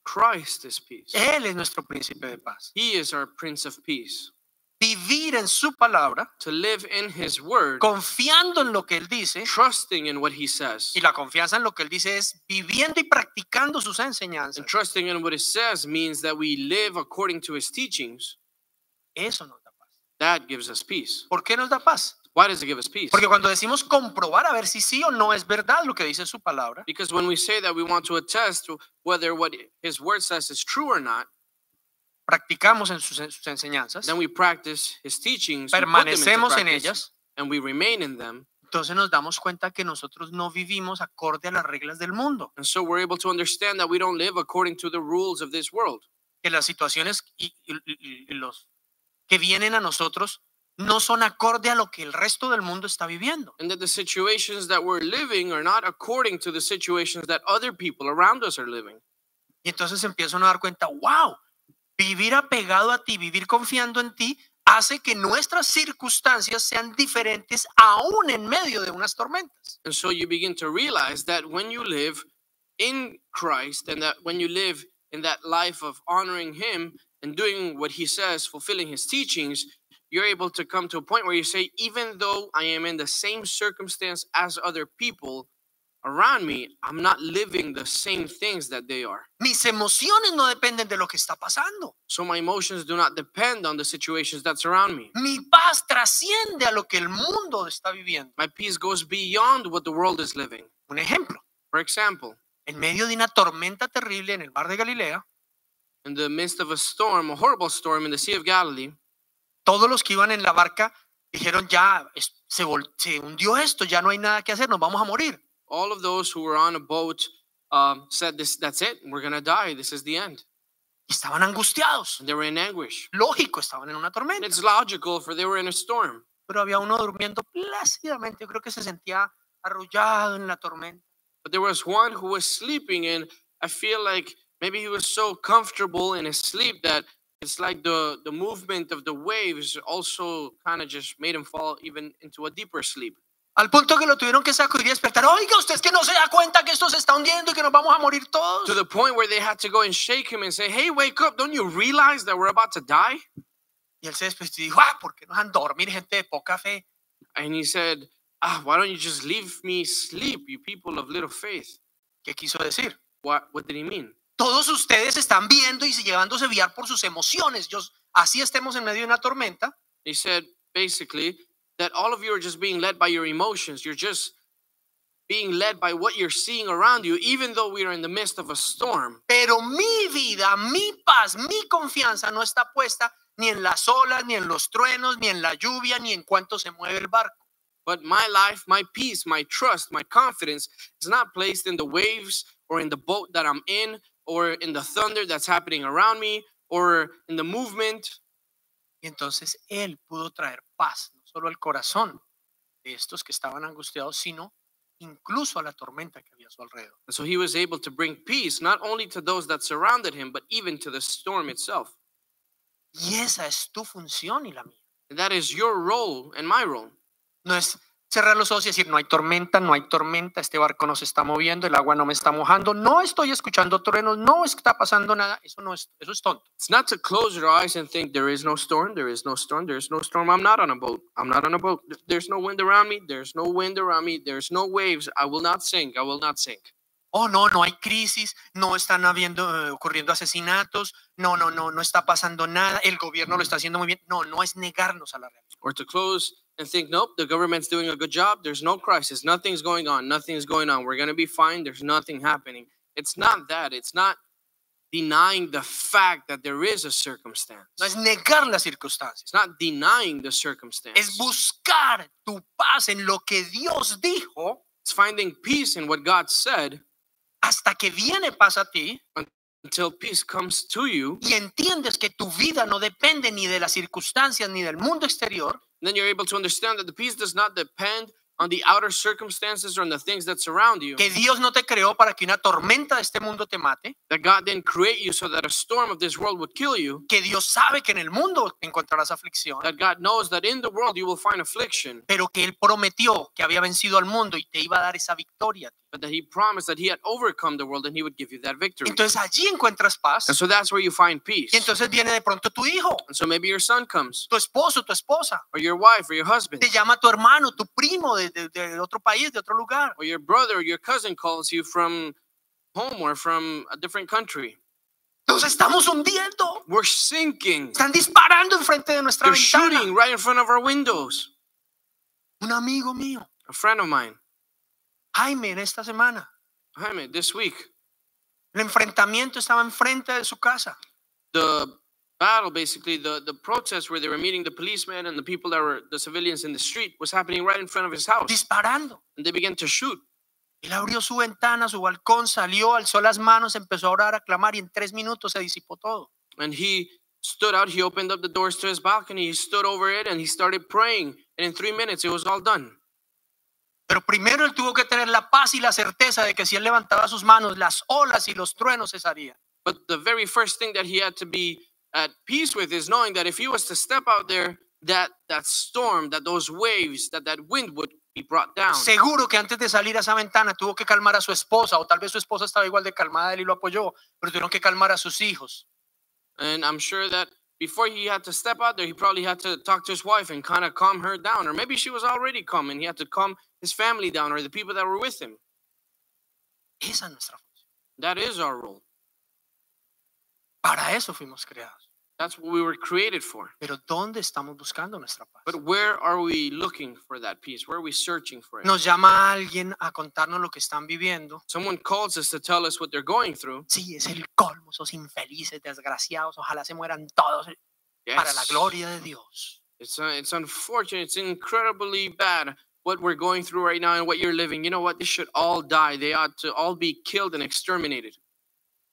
S3: Christ is peace.
S2: Él es nuestro príncipe de paz.
S3: He is our Prince of Peace.
S2: vivir en su palabra,
S3: To live in His Word,
S2: confiando en lo que él dice,
S3: trusting in what He says.
S2: y la confianza en lo que él dice es viviendo y practicando sus enseñanzas.
S3: And trusting in what it says means that we live according to his teachings.
S2: Eso nos da paz.
S3: That gives us peace.
S2: ¿Por qué nos da paz?
S3: Why does it give us peace?
S2: Porque cuando decimos comprobar a ver si sí o no es verdad lo que dice su palabra,
S3: Because when we say that we want to attest to whether what his word says is true or not,
S2: practicamos en sus, en sus enseñanzas,
S3: then we practice his teachings, we put them into
S2: permanecemos en
S3: practice,
S2: ellas,
S3: and we remain in them.
S2: entonces nos damos cuenta que nosotros no vivimos acorde a las reglas del mundo,
S3: And so we're able to understand that we don't live according to the rules of this world,
S2: que las situaciones y- y- y- y los que vienen a nosotros no son acorde a lo que el resto del mundo está viviendo.
S3: and that the situations that we're living are not according to the situations that other people around us are living.
S2: Y entonces empieza uno a dar cuenta, wow, vivir apegado a ti, vivir confiando en ti, hace que nuestras circunstancias sean diferentes aún en medio de unas tormentas.
S3: And so you begin to realize that when you live in Christ and that when you live in that life of honoring Him and doing what He says, fulfilling His teachings, you're able to come to a point where you say, even though I am in the same circumstance as other people around me, I'm not living the same things that they are.
S2: Mis emociones no dependen de lo que está pasando.
S3: So my emotions do not depend on the situations that surround me.
S2: Mi paz trasciende a lo que el mundo está viviendo.
S3: My peace goes beyond what the world is living.
S2: Un ejemplo,
S3: For example,
S2: en medio de una tormenta terrible en el mar de Galilea,
S3: in the midst of a storm, a horrible storm in the Sea of Galilee,
S2: todos los que iban en la barca dijeron, ya es- se, vol- se hundió esto, ya no hay nada que hacer, nos vamos a morir.
S3: all of those who were on a boat um, said, "This, that's it. We're gonna die. This is the end."
S2: Y estaban angustiados.
S3: And they were in anguish.
S2: Lógico, estaban en una
S3: And
S2: tormenta.
S3: it's logical, for they were in a storm.
S2: Pero había uno durmiendo plácidamente. Yo creo que se sentía arrullado en la tormenta.
S3: But there was one who was sleeping, and I feel like maybe he was so comfortable in his sleep that it's like the, the movement of the waves also kind of just made him fall even into a deeper sleep.
S2: Al punto que lo tuvieron que sacudir y despertar. Oiga, usted es que no se da cuenta que esto se está hundiendo y que nos vamos a morir
S3: To
S2: todos.
S3: the point where they had to go and shake him and say, Hey, wake up, don't you realize that we're about to die?
S2: Y él se despertó y dijo, ah, ¿por qué nos han dormir gente de poca fe?
S3: And he said, Ah, why don't you just leave me sleep, you people of little faith?
S2: ¿Qué quiso decir?
S3: What, what did he mean?
S2: Todos ustedes están viendo y llevándose guiar por sus emociones. Yo, así estemos en medio de una tormenta.
S3: He said basically that all of you are just being led by your emotions. You're just being led by what you're seeing around you, even though we are in the midst of a storm.
S2: Pero mi vida, mi paz, mi confianza no está puesta ni en las olas, ni en los truenos, ni en la lluvia, ni en cuánto se mueve el barco.
S3: But my life, my peace, my trust, my confidence is not placed in the waves or in the boat that I'm in or in the thunder that's happening around me or in the movement.
S2: Y entonces Él pudo traer paz, no solo al corazón de estos que estaban angustiados, sino incluso a la tormenta que había a su alrededor.
S3: And so he was able to bring peace not only to those that surrounded him, but even to the storm itself.
S2: Y esa es tu función y la mía.
S3: And that is your role and my role.
S2: No es cerrar los ojos y decir, no hay tormenta, no hay tormenta, este barco no se está moviendo, el agua no me está mojando, no estoy escuchando truenos, no está pasando nada. Eso, no es, eso es tonto.
S3: It's not to close your eyes and think there is no storm, there is no storm, there is no storm. I'm not on a boat. I'm not on a boat. Th- There's no wind around me. There's no wind around me. There's no waves. I will not sink. I will not sink.
S2: Oh, no, no hay crisis, no están habiendo, eh, ocurriendo asesinatos, no, no, no, no está pasando nada, el gobierno lo está haciendo muy bien. No, no es negarnos a la realidad.
S3: Or to close and think, nope, the government's doing a good job. There's no crisis. Nothing's going on. Nothing's going on. We're going to be fine. There's nothing happening. It's not that. It's not denying the fact that there is a circumstance.
S2: No es negar las circunstancias.
S3: It's not denying the
S2: es
S3: circumstance.
S2: buscar tu paz en lo que Dios dijo
S3: It's finding peace in what God said
S2: hasta que viene paz a ti
S3: until peace comes to you.
S2: y entiendes que tu vida no depende ni de las circunstancias ni del mundo exterior,
S3: then you're able to understand that the peace does not depend on the outer circumstances or on the things that surround you.
S2: que Dios no te creó para que una tormenta de este mundo te mate,
S3: That God didn't create you so that a storm of this world would kill you.
S2: que Dios sabe que en el mundo encontrarás aflicción,
S3: That God knows that in the world you will find affliction,
S2: pero que Él prometió que había vencido al mundo y te iba a dar esa victoria. a ti.
S3: but that He promised that He had overcome the world and He would give you that victory.
S2: Entonces allí encuentras paz
S3: And so that's where you find peace.
S2: y entonces viene de pronto tu hijo,
S3: And so maybe your son comes,
S2: tu esposo, tu esposa,
S3: or your wife, or your husband,
S2: te llama tu hermano, tu primo de- de- de otro país, de otro lugar.
S3: or your brother, or your cousin calls you from home or from a different country.
S2: Nos estamos hundiendo.
S3: We're sinking.
S2: Están disparando enfrente de nuestra
S3: They're
S2: ventana.
S3: shooting right in front of our windows.
S2: Un amigo mío,
S3: A friend of mine,
S2: Jaime, en esta semana,
S3: Jaime, this week,
S2: el enfrentamiento estaba enfrente de su casa.
S3: the battle basically the the protest where they were meeting the policemen and the people that were the civilians in the street was happening right in front of his house
S2: Disparando.
S3: and they began to shoot
S2: Él abrió su ventana, su balcón, salió, alzó las manos, empezó a orar, a clamar y en tres minutos se disipó todo.
S3: and he stood out he opened up the doors to his balcony he stood over it and he started praying and in 3 minutes it was all done
S2: Pero primero él tuvo que tener la paz y la certeza de que si él levantaba sus manos, las olas y los truenos cesarían.
S3: but the very first thing that he had to be at peace with is knowing that if he was to step out there that that storm, that those waves, that that wind would be brought down.
S2: Seguro que antes de salir a esa ventana tuvo que calmar a su esposa, o tal vez su esposa estaba igual de calmada, él y lo apoyó, pero tuvieron que calmar a sus hijos.
S3: And I'm sure that before he had to step out there, he probably had to talk to his wife and kind of calm her down, or maybe she was already calm and he had to calm his family down or the people that were with him.
S2: Esa es nuestra función.
S3: That is our role.
S2: Para eso fuimos creados.
S3: That's what we were created for.
S2: Pero ¿dónde estamos buscando nuestra paz?
S3: But where are we looking for that peace? Where are we searching for it?
S2: Nos llama alguien a contarnos lo que están viviendo.
S3: Someone calls us to tell us what they're going through.
S2: Sí, es el colmo, esos infelices, desgraciados, ojalá se mueran todos para la
S3: Yes.
S2: gloria de Dios.
S3: It's uh, it's unfortunate. It's incredibly bad what we're going through right now and what you're living. You know what? They should all die. They ought to all be killed and exterminated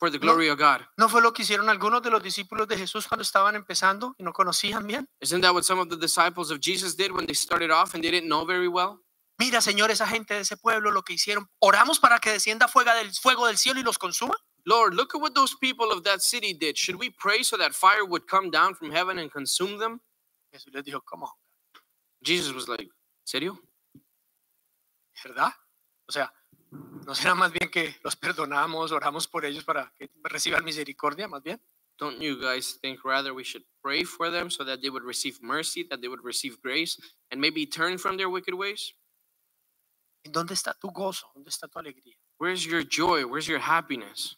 S3: for the glory of God.
S2: ¿No fue lo que hicieron algunos de los discípulos de Jesús cuando estaban empezando y no conocían bien?
S3: Isn't that what some of the disciples of Jesus did when they started off and they didn't know very well?
S2: Mira, Señor, esa gente de ese pueblo, lo que hicieron. ¿Oramos para que descienda fuego del, fuego del cielo y los consuma?
S3: Lord, look at what those people of that city did. Should we pray so that fire would come down from heaven and consume them?
S2: Jesús les dijo, ¿cómo?
S3: Jesus was like, "Serio?
S2: ¿Verdad? O sea, ¿no será más bien que los perdonamos, oramos por ellos para que reciban misericordia, más bien?
S3: Don't you guys think rather we should pray for them so that they would receive mercy, that they would receive grace, and maybe turn from their wicked ways?"
S2: ¿En dónde está tu gozo? ¿Dónde está tu alegría?
S3: Where's your joy? Where's your happiness?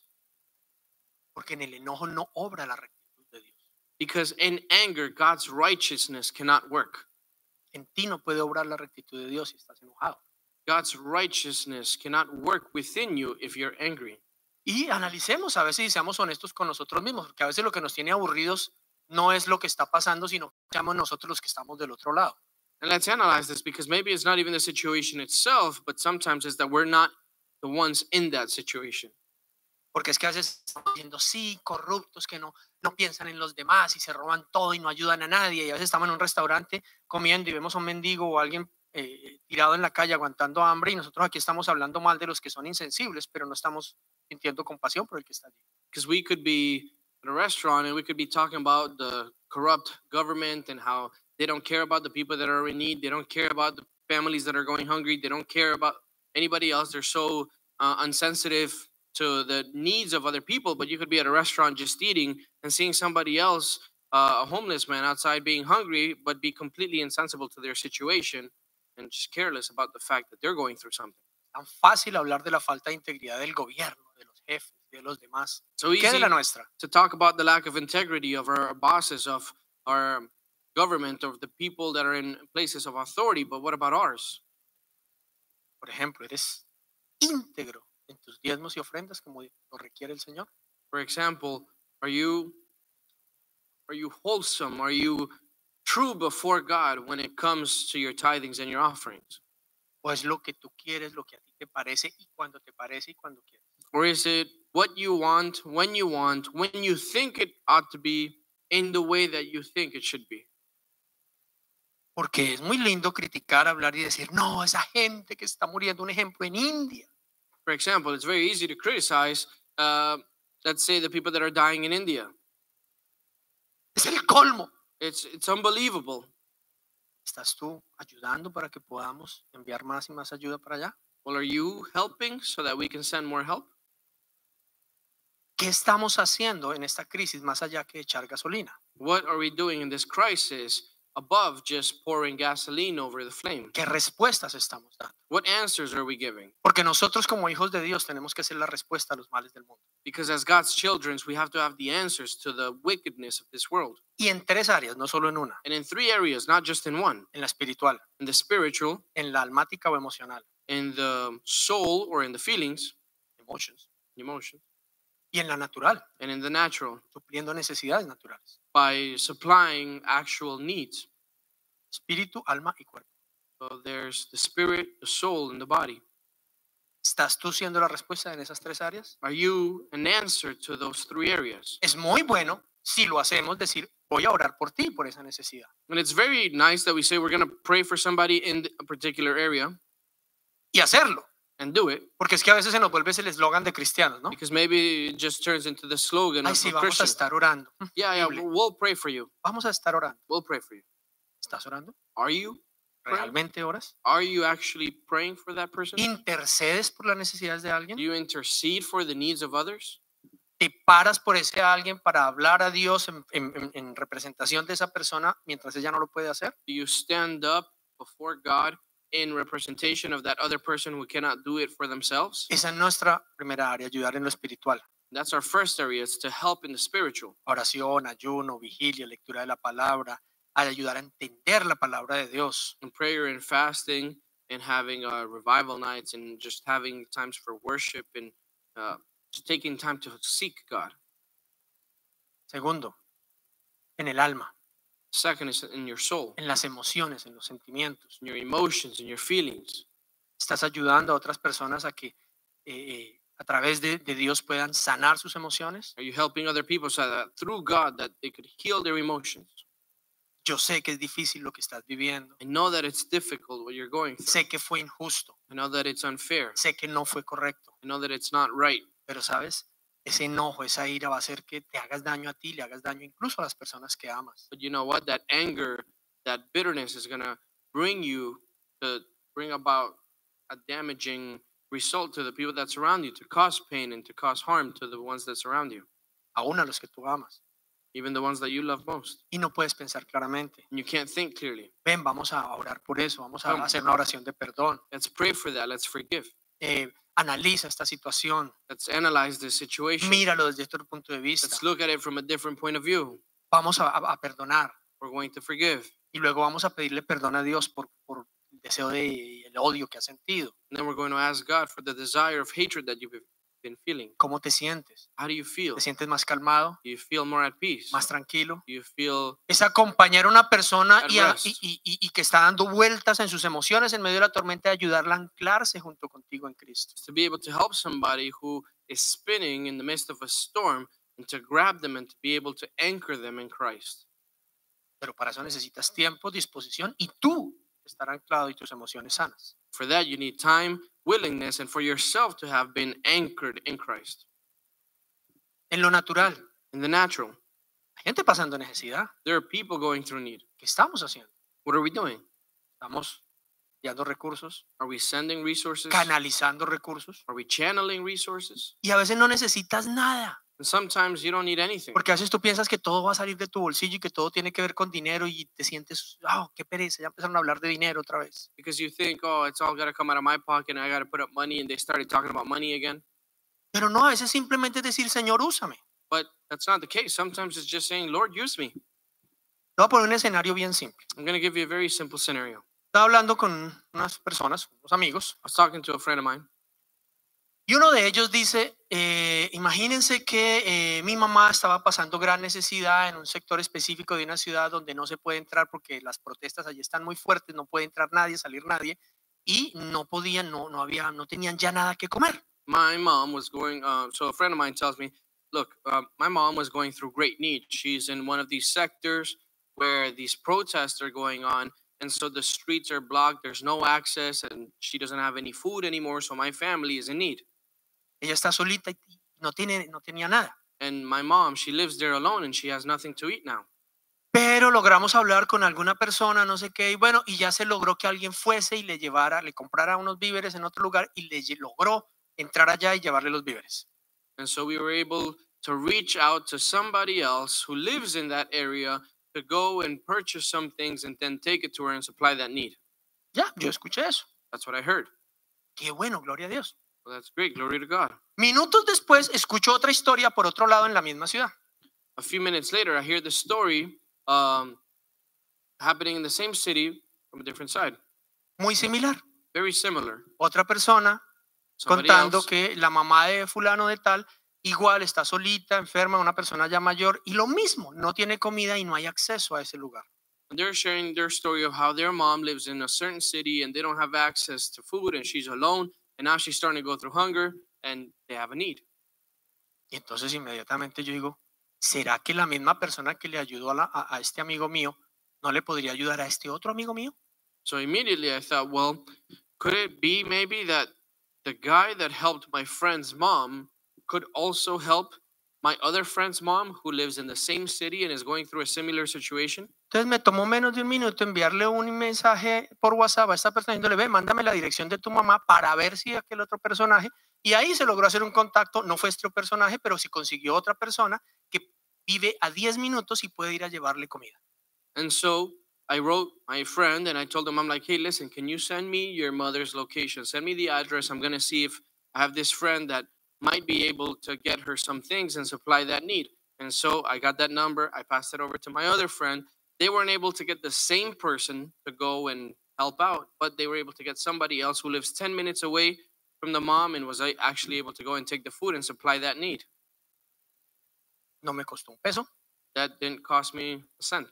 S2: Porque en el enojo no obra la rectitud de Dios.
S3: Because in anger, God's righteousness cannot work.
S2: En ti no puede obrar la rectitud de Dios si estás enojado.
S3: God's righteousness cannot work within you if you're angry.
S2: Y analicemos a veces y seamos honestos con nosotros mismos, porque a veces lo que nos tiene aburridos no es lo que está pasando, sino que seamos nosotros los que estamos del otro lado.
S3: And let's analyze this because maybe it's not even the situation itself, but sometimes it's that we're not the ones in that situation.
S2: Porque es que a veces estamos diciendo, sí, corruptos que no, no piensan en los demás y se roban todo y no ayudan a nadie. Y a veces estamos en un restaurante comiendo y vemos a un mendigo o a alguien eh, tirado en la calle aguantando hambre y nosotros aquí estamos hablando mal de los que son insensibles, pero no estamos sintiendo compasión por el que está allí.
S3: Because we could be at a restaurant and we could be talking about the corrupt government and how they don't care about the people that are in need. They don't care about the families that are going hungry. They don't care about anybody else. They're so uh, unsensitive to the needs of other people. But you could be at a restaurant just eating and seeing somebody else, uh, a homeless man outside being hungry, but be completely insensible to their situation and just careless about the fact that they're going through something.
S2: Tan fácil hablar de la falta de integridad del gobierno, de los jefes, de los demás.
S3: So
S2: ¿Qué de
S3: easy
S2: la nuestra?
S3: to talk about the lack of integrity of our bosses, of our government, of the people that are in places of authority. But what about ours?
S2: Por ejemplo, eres íntegro en tus diezmos y ofrendas como lo requiere el Señor.
S3: For example, are you are you wholesome? Are you true before God when it comes to your tithings and your offerings?
S2: O es lo que tú quieres, lo que a ti te parece y cuando te parece y cuando quieres.
S3: Or is it what you want, when you want, when you think it ought to be, in the way that you think it should be?
S2: Porque es muy lindo criticar, hablar y decir, no, esa gente que está muriendo, un ejemplo en India.
S3: For example, it's very easy to criticize, uh, let's say, the people that are dying in India.
S2: Es el colmo.
S3: It's it's unbelievable.
S2: ¿Estás tú ayudando para que podamos enviar más y más ayuda para allá?
S3: Well, are you helping so that we can send more help?
S2: ¿Qué estamos haciendo en esta crisis más allá que echar gasolina?
S3: What are we doing in this crisis above just pouring gasoline over the flame?
S2: ¿Qué respuestas estamos dando?
S3: What answers are we giving?
S2: Porque nosotros como hijos de Dios tenemos que ser la respuesta a los males del mundo.
S3: Because as God's children, we have to have the answers to the wickedness of this world.
S2: Y en tres áreas, no solo en una,
S3: And in three areas, not just in one
S2: en la espiritual,
S3: in the spiritual,
S2: en la almática o emocional,
S3: in the soul or in the feelings,
S2: emotions,
S3: emotion,
S2: y en la natural,
S3: and in the natural
S2: supliendo necesidades naturales,
S3: by supplying actual needs.
S2: espíritu, alma y cuerpo.
S3: So there's the spirit, the soul, and the body.
S2: ¿Estás tú siendo la respuesta en esas tres áreas?
S3: Are you an answer to those three areas?
S2: es muy bueno si lo hacemos decir, voy a orar por ti, por esa necesidad.
S3: And it's very nice that we say we're going to pray for somebody in th- a particular area
S2: Y hacerlo,
S3: and do it
S2: porque es que a veces se nos vuelve el eslogan de cristianos, ¿no?
S3: because maybe it just turns into the slogan
S2: Ay,
S3: of
S2: sí,
S3: a
S2: vamos a
S3: Christian.
S2: estar orando.
S3: Yeah, yeah,
S2: horrible.
S3: we'll we'll pray for you.
S2: Vamos a estar orando.
S3: We'll pray for you.
S2: ¿Estás orando?
S3: Are you?
S2: ¿Realmente oras?
S3: Are you actually praying for that person?
S2: ¿Intercedes por las necesidades de
S3: Do
S2: alguien?
S3: you intercede for the needs of others?
S2: ¿Te paras por ese alguien para hablar a Dios en, en- en- en representación de esa persona mientras ella no lo puede hacer?
S3: Do you stand up before God in representation of that other person who cannot do it for themselves?
S2: Esa es nuestra primera área, ayudar en lo espiritual.
S3: That's our first area, is to help in the spiritual.
S2: Oración, ayuno, vigilia, lectura de la palabra, al ayudar a entender la palabra de Dios.
S3: In prayer and fasting and having uh, revival nights and just having times for worship and uh, just taking time to seek God.
S2: Segundo, en el alma,
S3: Second is in your soul,
S2: en las emociones, en los sentimientos.
S3: in your emotions, in your feelings.
S2: Estás ayudando a otras personas a que eh, eh, a través de- de Dios puedan sanar sus emociones.
S3: Are you helping other people so that through God that they could heal their emotions?
S2: Yo sé que es difícil lo que estás viviendo.
S3: I know that it's difficult what you're going through.
S2: Sé que fue injusto.
S3: I know that it's unfair.
S2: Sé que no fue correcto.
S3: I know that it's not right.
S2: Pero sabes, ese enojo, esa ira va a hacer que te hagas daño a ti, le hagas daño incluso a las personas que amas.
S3: But you know what? That anger, that bitterness is gonna bring you to bring about a damaging result to the people that surround you, to cause pain and to cause harm to the ones that surround you,
S2: Aún a los que tú amas.
S3: even the ones that you love most.
S2: Y no puedes pensar claramente.
S3: And you can't think clearly.
S2: Ven, vamos a orar por eso. Vamos a
S3: Vamos.
S2: hacer una oración de perdón.
S3: Let's pray for that. Let's forgive.
S2: Eh, analiza esta situación.
S3: Let's analyze this situation.
S2: Míralo desde otro punto de vista.
S3: Let's look at it from a different point of view.
S2: Vamos a, a- a perdonar.
S3: We're going to forgive.
S2: Y luego vamos a pedirle perdón a Dios por, por el deseo de y el odio que has sentido.
S3: And then we're going to ask God for the desire of hatred that you've been- been feeling.
S2: ¿Cómo te sientes?
S3: How do you feel?
S2: ¿Te
S3: Do
S2: sientes más calmado?
S3: you feel more at peace?
S2: ¿Más tranquilo?
S3: Do you feel
S2: es acompañar a una persona
S3: At
S2: y, a-
S3: rest.
S2: y- y- y- y que está dando vueltas en sus emociones en medio de la tormenta y ayudarla a anclarse junto contigo en Cristo.
S3: to be able to help somebody who is spinning in the midst of a storm and to grab them and to be able to anchor them in Christ.
S2: Pero para eso necesitas tiempo, disposición y tú estar anclado y tus emociones sanas.
S3: For that, you need time, willingness, and for yourself to have been anchored in Christ.
S2: En lo natural,
S3: In the natural,
S2: hay gente pasando necesidad.
S3: there are people going through need.
S2: ¿Qué estamos haciendo?
S3: What are we doing?
S2: Estamos enviando recursos,
S3: Are we sending resources?
S2: canalizando recursos
S3: Are we channeling resources?
S2: y a veces no necesitas nada.
S3: And sometimes you don't need anything.
S2: Porque a veces tú piensas que todo va a salir de tu bolsillo y que todo tiene que ver con dinero y te sientes, ah, qué pereza, ya empezaron a hablar de dinero otra vez.
S3: because you think, oh, it's all got to come out of my pocket and I got to put up money. And they started talking about money again.
S2: Pero no, a veces simplemente es decir, Señor, úsame.
S3: But that's not the case. Sometimes it's just saying, Lord, use me.
S2: Te voy a poner un escenario bien simple.
S3: I'm going to give you a very simple scenario. I
S2: Estaba hablando con unas personas, unos amigos,
S3: was talking to a friend of mine,
S2: y uno de ellos dice, eh, imagínense que eh, mi mamá estaba pasando gran necesidad en un sector específico de una ciudad donde no se puede entrar porque las protestas allí están muy fuertes, no puede entrar nadie, salir nadie, y no podían, no, no había, no tenían ya nada que comer.
S3: my mom was going, uh, so a friend of mine tells me, look, um, my mom was going through great need. She's in one of these sectors where these protests are going on. And so the streets are blocked, there's no access, and she doesn't have any food anymore. So my family is in need.
S2: Ella está solita y no, tiene, no tenía nada.
S3: And my mom, she lives there alone and she has nothing to eat now.
S2: Pero logramos hablar con alguna persona, no sé qué, y bueno, y ya se logró que alguien fuese y le llevara, le comprara unos víveres en otro lugar y le lle- logró entrar allá y llevarle los víveres.
S3: And so we were able to reach out to somebody else who lives in that area to go and purchase some things and then take it to her and supply that need.
S2: Ya, yo escuché eso.
S3: That's what I heard.
S2: Qué bueno, gloria a Dios.
S3: Well, that's great. Glory to God.
S2: Minutos después escucho otra historia por otro lado en la misma ciudad.
S3: A few minutes later, I hear the story um, happening in the same city from a different side.
S2: Muy similar.
S3: Very similar.
S2: Otra persona
S3: Somebody
S2: contando
S3: else,
S2: que la mamá de fulano de tal igual está solita, enferma, una persona ya mayor y lo mismo, no tiene comida y no hay acceso a ese lugar.
S3: and they're sharing their story of how their mom lives in a certain city and they don't have access to food and she's alone and now she's starting to go through hunger and they have a need.
S2: Y entonces inmediatamente yo digo, ¿será que la misma persona que le ayudó a, la- a- a este amigo mío no le podría ayudar a este otro amigo mío?
S3: So immediately I thought, well, could it be maybe that the guy that helped my friend's mom could also help my other friend's mom who lives in the same city and is going through a similar situation?
S2: Entonces me tomó menos de un minuto enviarle un mensaje por WhatsApp a esta persona diciéndole, ve, mándame la dirección de tu mamá para ver si aquel otro personaje. Y ahí se logró hacer un contacto, no fue este personaje, pero se consiguió otra persona que vive a 10 minutos y puede ir a llevarle comida.
S3: And so I wrote my friend and I told him, I'm like, hey, listen, can you send me your mother's location? Send me the address. I'm going to see if I have this friend that might be able to get her some things and supply that need. And so I got that number. I passed it over to my other friend. They weren't able to get the same person to go and help out, but they were able to get somebody else who lives 10 minutes away from the mom and was like, actually able to go and take the food and supply that need.
S2: No me costó un peso,
S3: That didn't cost me a cent.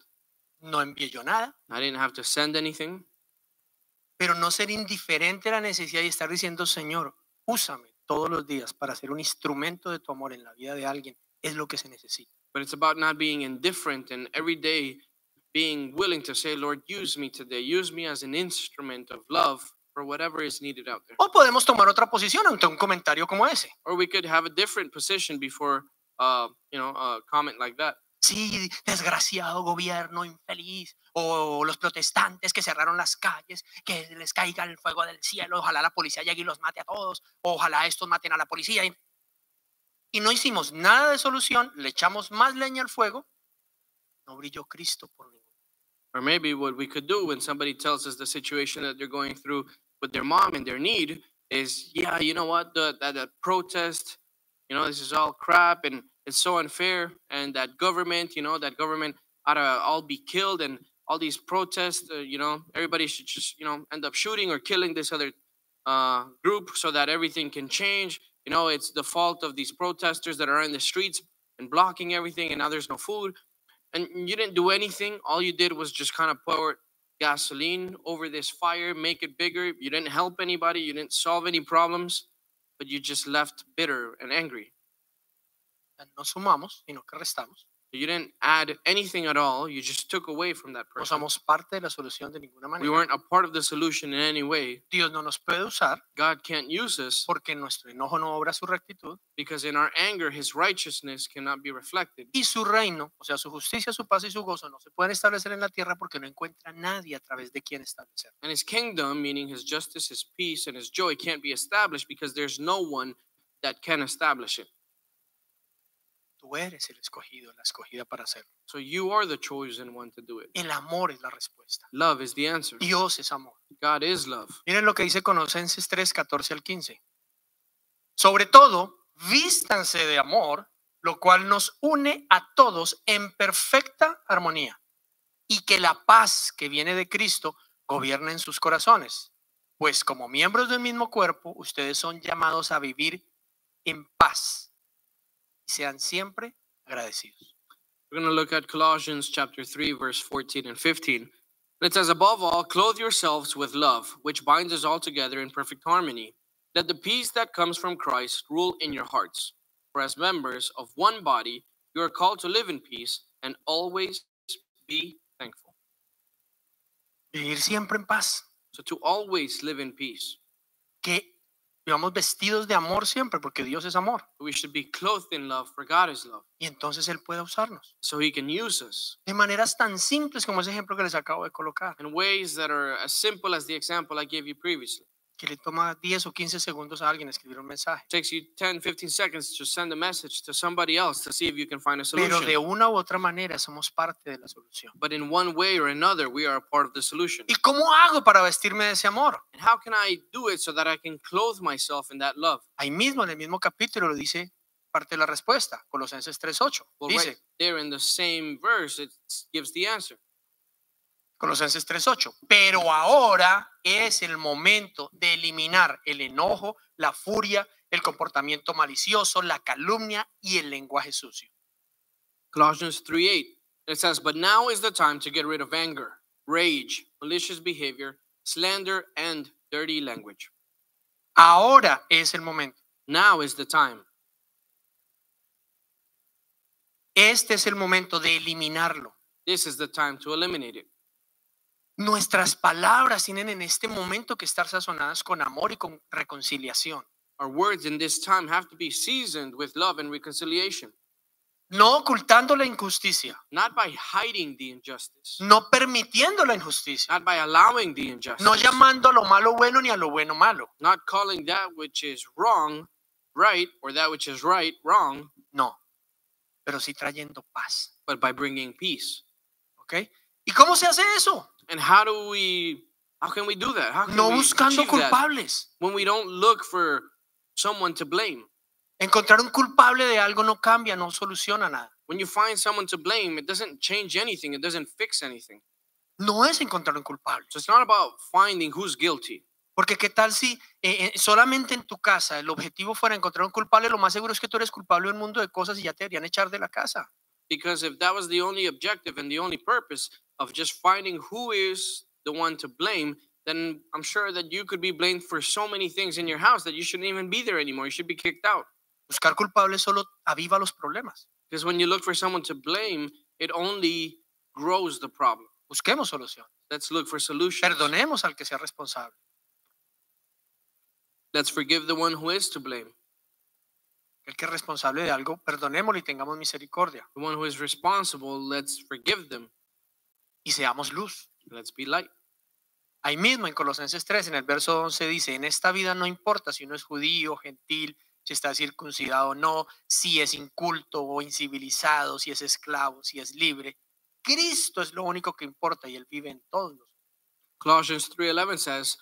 S2: no envié yo nada,
S3: I didn't have to send anything.
S2: pero no ser indiferente a la necesidad y estar diciendo, Señor, úsame todos los días para ser un instrumento de tu amor en la vida de alguien, es lo que se necesita.
S3: but it's about not being indifferent and every day being willing to say, Lord, use me today. Use me as an instrument of love for whatever is needed out there.
S2: O podemos tomar otra posición ante un comentario como ese.
S3: Or we could have a different position before, uh, you know, a comment like that.
S2: Sí, desgraciado gobierno infeliz, o los protestantes que cerraron las calles, que les caiga el fuego del cielo, ojalá la policía llegue y los mate a todos, ojalá estos maten a la policía. Y- Y no hicimos nada de solución, le echamos más leña al fuego, no brilló Cristo por ningún.
S3: Or maybe what we could do when somebody tells us the situation that they're going through with their mom and their need is, yeah, you know what, the, that, that protest, you know, this is all crap and it's so unfair. And that government, you know, that government ought to all be killed and all these protests, uh, you know, everybody should just, you know, end up shooting or killing this other uh, group so that everything can change. You know, it's the fault of these protesters that are in the streets and blocking everything and now there's no food and you didn't do anything. All you did was just kind of pour gasoline over this fire, make it bigger. You didn't help anybody. You didn't solve any problems, but you just left bitter and angry.
S2: No sumamos, sino que restamos.
S3: You didn't add anything at all. You just took away from that
S2: No
S3: person.
S2: somos parte de la solución de ninguna
S3: We
S2: manera.
S3: weren't a part of the solution in any way.
S2: Dios no nos puede usar
S3: God can't use us
S2: porque nuestro enojo no obra su rectitud
S3: because in our anger, his righteousness cannot be reflected.
S2: y su reino, o sea, su justicia, su paz y su gozo no se pueden establecer en la tierra porque no encuentra nadie a través de quien establecer.
S3: And his kingdom, meaning his justice, his peace, and his joy, can't be established because there's no one that can establish it.
S2: Tú eres el escogido, la escogida para hacerlo.
S3: So you are the chosen one to do it.
S2: El amor es la respuesta.
S3: Love is the answer.
S2: Dios es amor.
S3: God is love.
S2: Miren lo que dice Conocenses 3, 14 al 15. Sobre todo, vístanse de amor, lo cual nos une a todos en perfecta armonía, y que la paz que viene de Cristo gobierne en sus corazones. Pues como miembros del mismo cuerpo, ustedes son llamados a vivir en paz. Sean siempre agradecidos.
S3: We're going to look at Colossians chapter 3 verse 14 and 15. And it says above all clothe yourselves with love, which binds us all together in perfect harmony. Let the peace that comes from Christ rule in your hearts. For as members of one body, you are called to live in peace and always be thankful.
S2: Vivir siempre en paz.
S3: So to always live in peace.
S2: Que vivamos vestidos de amor siempre, porque Dios es amor.
S3: We should be clothed in love, for God is love.
S2: Y entonces Él puede usarnos.
S3: So he can use us
S2: de maneras tan simples como ese ejemplo que les acabo de colocar,
S3: in ways that are as simple as the example I gave you previously.
S2: que le toma 10 o 15 segundos a alguien escribir un mensaje.
S3: takes you 10 15 seconds to send a message to somebody else to see if you can find a
S2: Pero de
S3: solution
S2: una u otra manera somos parte de la solución.
S3: but in one way or another we are a part of the solution
S2: ¿Y cómo hago para vestirme de ese amor?
S3: and how can i do it so that i can clothe myself in that love
S2: Ahí mismo, en el mismo capítulo, lo dice parte de la respuesta, Colosenses 3.8.
S3: well right
S2: Dice,
S3: there in the same verse it s- gives the answer
S2: Colosenses 3.8. Pero ahora es el momento de eliminar el enojo, la furia, el comportamiento malicioso, la calumnia y el lenguaje sucio.
S3: colossians 3 8 it says but now is the time to get rid of anger rage malicious behavior slander and dirty language
S2: Ahora es el momento.
S3: now is the time
S2: Este es el momento de eliminarlo.
S3: this is the time to eliminate it
S2: Nuestras palabras tienen en este momento que estar sazonadas con amor y con reconciliación.
S3: our words in this time have to be seasoned with love and reconciliation
S2: no ocultando la injusticia,
S3: not by hiding the injustice,
S2: no permitiendo la injusticia,
S3: not by allowing the injustice,
S2: no llamando a lo malo bueno ni a lo bueno malo.
S3: not calling that which is wrong right or that which is right wrong,
S2: No, pero sí trayendo paz.
S3: but by bringing peace.
S2: ¿Ok? ¿Y cómo se hace eso?
S3: And how do we? How can we do that? How can
S2: No
S3: we
S2: buscando
S3: achieve that
S2: culpables.
S3: when we don't look for someone to blame?
S2: Encontrar un culpable de algo no cambia, no soluciona nada.
S3: When you find someone to blame, it doesn't change anything. It doesn't fix anything.
S2: No es encontrar un culpable.
S3: So it's not about finding who's guilty.
S2: Porque qué tal si eh, eh, solamente en tu casa el objetivo fuera encontrar un culpable, lo más seguro es que tú eres culpable de un mundo de cosas y ya te deberían echar de la casa.
S3: Because if that was the only objective and the only purpose of just finding who is the one to blame, then I'm sure that you could be blamed for so many things in your house that you shouldn't even be there anymore. You should be kicked out.
S2: Buscar culpables solo aviva los problemas.
S3: Because when you look for someone to blame, it only grows the problem.
S2: Busquemos solución.
S3: Let's look for solutions.
S2: Perdonemos al que sea responsable.
S3: Let's forgive the one who is to blame.
S2: El que es responsable de algo, perdonémoslo y tengamos misericordia.
S3: The one who is responsible, let's forgive them.
S2: Y seamos luz.
S3: Let's be light.
S2: Ahí mismo en Colosenses 3, en el verso 11 dice, en esta vida no importa si uno es judío, gentil, si está circuncidado o no, si es inculto o incivilizado, si es esclavo, si es libre. Cristo es lo único que importa y Él vive en todos nosotros.
S3: Colossians 3:11 says,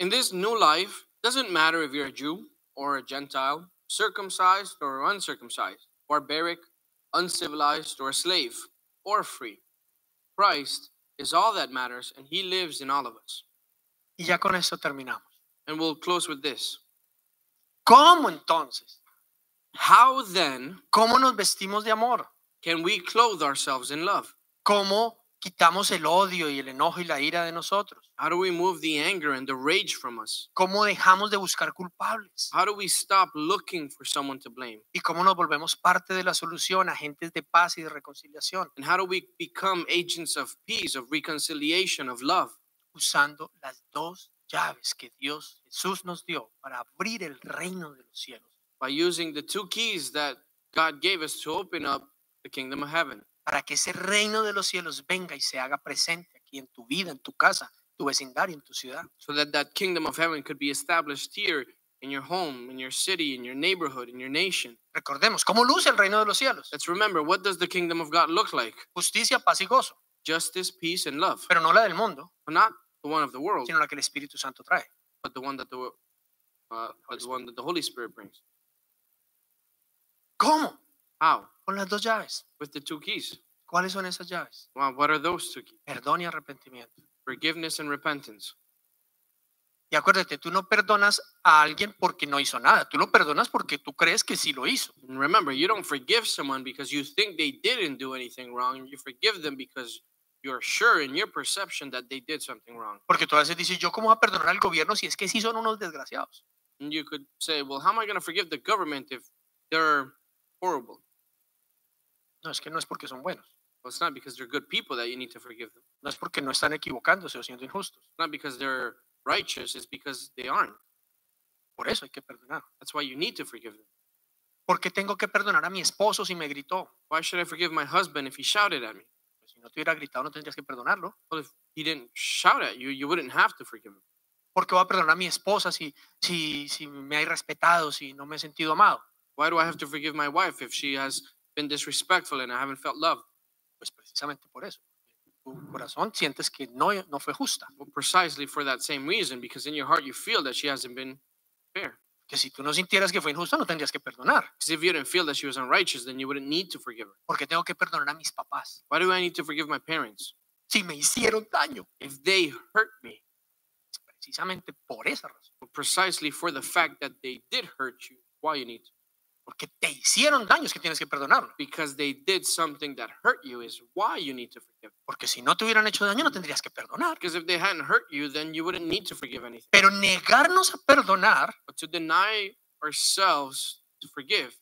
S3: "In this new life, doesn't matter if you're a Jew or a Gentile, circumcised or uncircumcised, barbaric, uncivilized or slave, or free. Christ is all that matters and he lives in all of us."
S2: Y ya con esto terminamos.
S3: And we'll close with this.
S2: ¿Cómo entonces?
S3: How then
S2: ¿Cómo nos vestimos de amor?
S3: can we clothe ourselves in love?
S2: ¿Cómo quitamos el odio y el enojo y la ira de nosotros?
S3: How do we move the anger and the rage from us?
S2: ¿Cómo dejamos de buscar culpables?
S3: How do we stop looking for someone to blame?
S2: ¿Y cómo nos volvemos parte de la solución, agentes de paz y de reconciliación,
S3: And how do we become agents of peace, of reconciliation, of love?
S2: usando las dos llaves que Dios Jesús nos dio para abrir el reino de los cielos,
S3: by using the two keys that God gave us to open up the kingdom of heaven,
S2: para que ese reino de los cielos venga y se haga presente aquí en tu vida, en tu casa, tu vecindario, en tu ciudad?
S3: so that that kingdom of heaven could be established here in your home, in your city, in your neighborhood, in your nation.
S2: Recordemos, ¿cómo luce el reino de los cielos?
S3: Let's remember what does the kingdom of God look like?
S2: Justicia, paz y gozo,
S3: Justice, peace, and love.
S2: pero no la del mundo,
S3: But not the one of the world,
S2: sino la que el Espíritu Santo trae.
S3: but the one that the wo- uh, but the one that the Holy Spirit brings.
S2: ¿Cómo?
S3: How?
S2: Con las dos llaves.
S3: With the two keys.
S2: ¿Cuáles son esas llaves?
S3: Wow, what are those two keys?
S2: Perdón y arrepentimiento.
S3: Forgiveness and repentance.
S2: Y acuérdate, tú no perdonas a alguien porque no hizo nada, tú lo perdonas porque tú crees que sí lo hizo.
S3: And remember, you don't forgive someone because you think they didn't do anything wrong. You forgive them because you're sure in your perception that they did something wrong.
S2: Porque tú a veces dices, ¿yo cómo voy a perdonar al gobierno si es que sí son unos desgraciados?
S3: And you could say, well, how am I going to forgive the government if they're horrible?
S2: No, es que no es porque son buenos,
S3: Well, it's not because they're good people that you need to forgive them.
S2: no es porque no están equivocándose o siendo injustos.
S3: It's not because they're righteous, it's because they aren't.
S2: Por eso hay que perdonar.
S3: That's why you need to forgive them.
S2: ¿Por qué tengo que perdonar a mi esposo si me gritó?
S3: Why should I forgive my husband if he shouted at me?
S2: Pues si no te hubiera gritado, no tendrías que perdonarlo.
S3: Well, if he didn't shout at you, you wouldn't have to forgive him.
S2: ¿Por qué voy a perdonar a mi esposa si, si, si me ha irrespetado, si no me he sentido amado?
S3: Why do I have to forgive my wife if she has been disrespectful and I haven't felt loved?
S2: Pues precisamente por eso. Tu corazón sientes que no, no fue justa.
S3: Well, precisely for that same reason, because in your heart you feel that she hasn't been fair.
S2: Que si tú no sintieras que fue injusta, no tendrías que perdonar.
S3: Because if you didn't feel that she was unrighteous, then you wouldn't need to forgive her.
S2: ¿Por qué tengo que perdonar a mis papás
S3: Why do I need to forgive my parents
S2: si me hicieron daño? pues,
S3: if they hurt me?
S2: Precisamente por esa razón.
S3: Well, precisely for the fact that they did hurt you, why you need to?
S2: porque te hicieron daños que tienes que perdonarlo.
S3: Because they did something that hurt you is why you need to forgive.
S2: Porque si no te hubieran hecho daño, no tendrías que perdonar.
S3: Because if they hadn't hurt you, then you wouldn't need to forgive anything.
S2: Pero negarnos a perdonar,
S3: But to deny ourselves to forgive,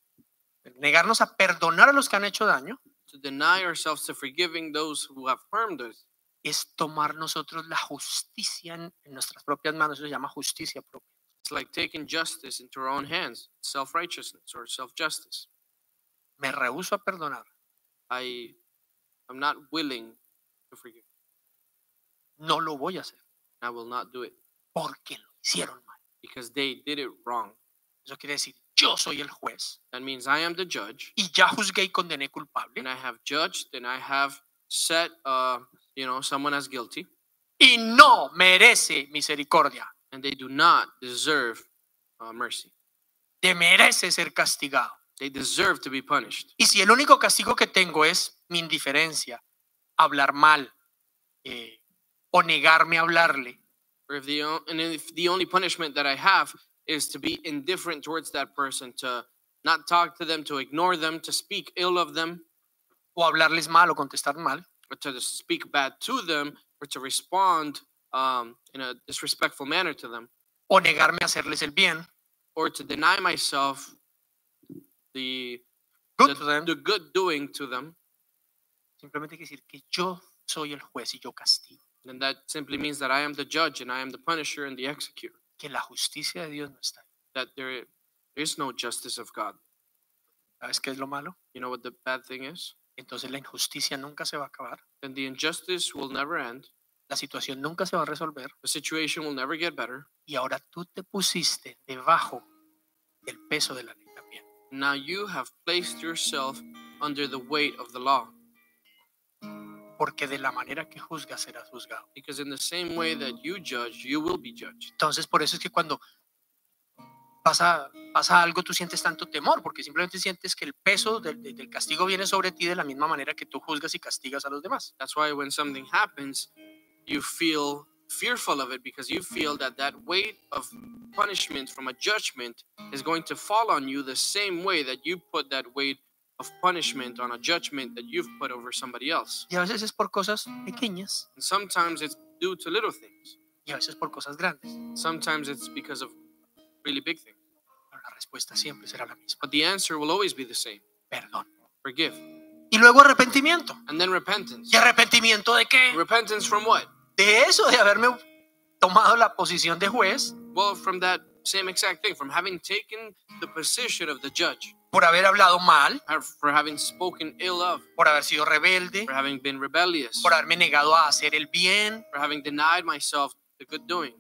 S2: negarnos a perdonar a los que han hecho daño,
S3: to deny ourselves to forgiving those who have harmed us,
S2: es tomar nosotros la justicia en, en nuestras propias manos. Eso se llama justicia propia.
S3: It's like taking justice into our own hands, self righteousness or self justice.
S2: Me rehúso a perdonar.
S3: I am not willing to forgive.
S2: No lo voy a hacer
S3: I will not do it
S2: porque lo hicieron mal.
S3: because they did it wrong.
S2: Eso quiere decir, yo soy el juez
S3: That means I am the judge,
S2: y ya juzgué y condené culpable.
S3: and I have judged, and I have set, uh, you know, someone as guilty,
S2: y no merece misericordia,
S3: and they do not deserve uh, mercy.
S2: te merece ser castigado.
S3: They deserve to be punished.
S2: Y si el único castigo que tengo es mi indiferencia, hablar mal eh, o negarme a hablarle,
S3: Or if the o- and if the only punishment that I have is to be indifferent towards that person, to not talk to them, to ignore them, to speak ill of them,
S2: o hablarles mal o contestar mal,
S3: or to speak bad to them, or to respond um, in a disrespectful manner to them,
S2: o negarme a hacerles el bien,
S3: or to deny myself the
S2: good to
S3: the,
S2: them,
S3: the good doing to them,
S2: simplemente hay que decir que yo soy el juez y yo castigo,
S3: then that simply means that I am the judge and I am the punisher and the executor.
S2: que la justicia de Dios no está. ahí.
S3: That there is no justice of God.
S2: ¿Sabes qué es lo malo?
S3: You know what the bad thing is?
S2: Entonces la injusticia nunca se va a acabar,
S3: Then the injustice will never end.
S2: la situación nunca se va a resolver
S3: The situation will never get better.
S2: y ahora tú te pusiste debajo del peso de la ley también.
S3: Now you have placed yourself under the weight of the law,
S2: porque de la manera que juzgas serás juzgado.
S3: because in the same way that you judge, you will be judged.
S2: Entonces, por eso es que cuando pasa, pasa algo, tú sientes tanto temor, porque simplemente sientes que el peso del, del- del castigo viene sobre ti de la misma manera que tú juzgas y castigas a los demás.
S3: That's why when something happens, you feel fearful of it because you feel that that weight of punishment from a judgment is going to fall on you the same way that you put that weight of punishment on a judgment that you've put over somebody else.
S2: Y a veces es por cosas pequeñas
S3: And sometimes it's due to little things.
S2: y a veces por cosas grandes,
S3: Sometimes it's because of really big things.
S2: pero la respuesta siempre será la misma,
S3: But the answer will always be the same.
S2: perdón.
S3: Forgive.
S2: Y luego arrepentimiento.
S3: And then repentance.
S2: ¿Y arrepentimiento de qué?
S3: Repentance from what?
S2: De eso, de haberme tomado la posición de juez
S3: Well, from that same exact thing, from having taken the position of the judge.
S2: por haber hablado mal,
S3: have- uh, for having spoken ill of,
S2: por haber sido rebelde,
S3: for having been rebellious,
S2: por haberme negado a hacer el bien,
S3: for having denied myself the good doing,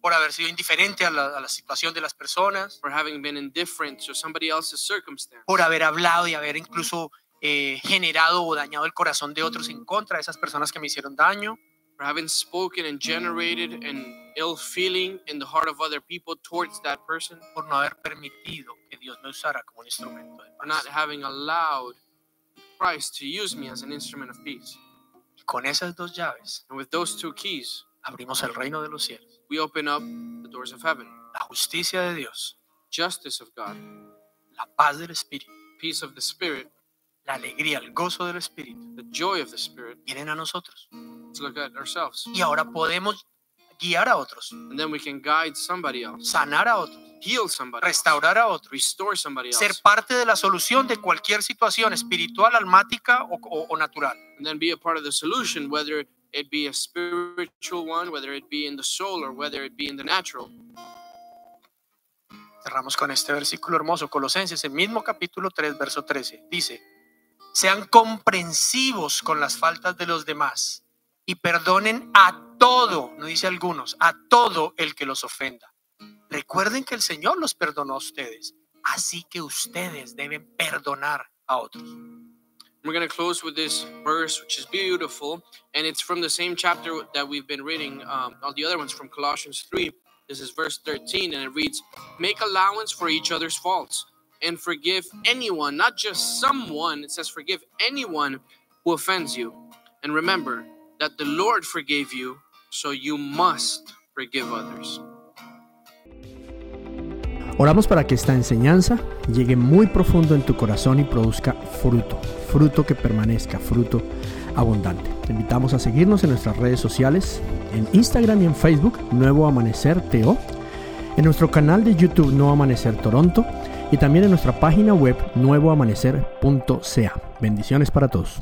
S2: por haber sido indiferente a la, a la situación de las personas,
S3: for having been indifferent to somebody else's circumstance,
S2: por haber hablado y haber incluso eh, generado o dañado el corazón de otros en contra de esas personas que me hicieron daño,
S3: for having spoken and generated an ill feeling in the heart of other people towards that person,
S2: por no haber permitido que Dios me usara como un instrumento de
S3: for not
S2: paz.
S3: having allowed Christ to use me as an instrument of peace.
S2: Y con esas dos llaves
S3: And with those two keys,
S2: abrimos el reino de los cielos,
S3: we open up the doors of heaven
S2: la justicia de Dios,
S3: justice of God,
S2: la paz del Espíritu,
S3: peace of the Spirit,
S2: la alegría, el gozo del Espíritu,
S3: the joy of the Spirit.
S2: vienen a nosotros.
S3: Let's look at ourselves.
S2: Y ahora podemos guiar a otros,
S3: And then we can guide somebody else.
S2: sanar a otros,
S3: heal somebody, else,
S2: restaurar a otros.
S3: restore somebody
S2: ser
S3: else,
S2: parte de la solución de cualquier situación espiritual, almática o, o- o natural.
S3: and then be a part of the solution, whether it be a spiritual one, whether it be in the soul, or whether it be in the natural.
S2: Cerramos con este versículo hermoso, Colosenses, el mismo capítulo 3, verso 13. Dice, sean comprensivos con las faltas de los demás y perdonen a todo, no dice algunos, a todo el que los ofenda. Recuerden que el Señor los perdonó a ustedes, así que ustedes deben perdonar a otros.
S3: We're going to close with this verse, which is beautiful, and it's from the same chapter that we've been reading, um, all the other ones from Colossians 3. This is verse 13, and it reads, Make allowance for each other's faults and forgive anyone, not just someone. It says, Forgive anyone who offends you. And remember that the Lord forgave you, so you must forgive others.
S1: Oramos para que esta enseñanza llegue muy profundo en tu corazón y produzca fruto, fruto que permanezca, fruto abundante. Te invitamos a seguirnos en nuestras redes sociales, en Instagram y en Facebook, Nuevo Amanecer TO, en nuestro canal de YouTube Nuevo Amanecer Toronto y también en nuestra página web nuevoamanecer.ca. Bendiciones para todos.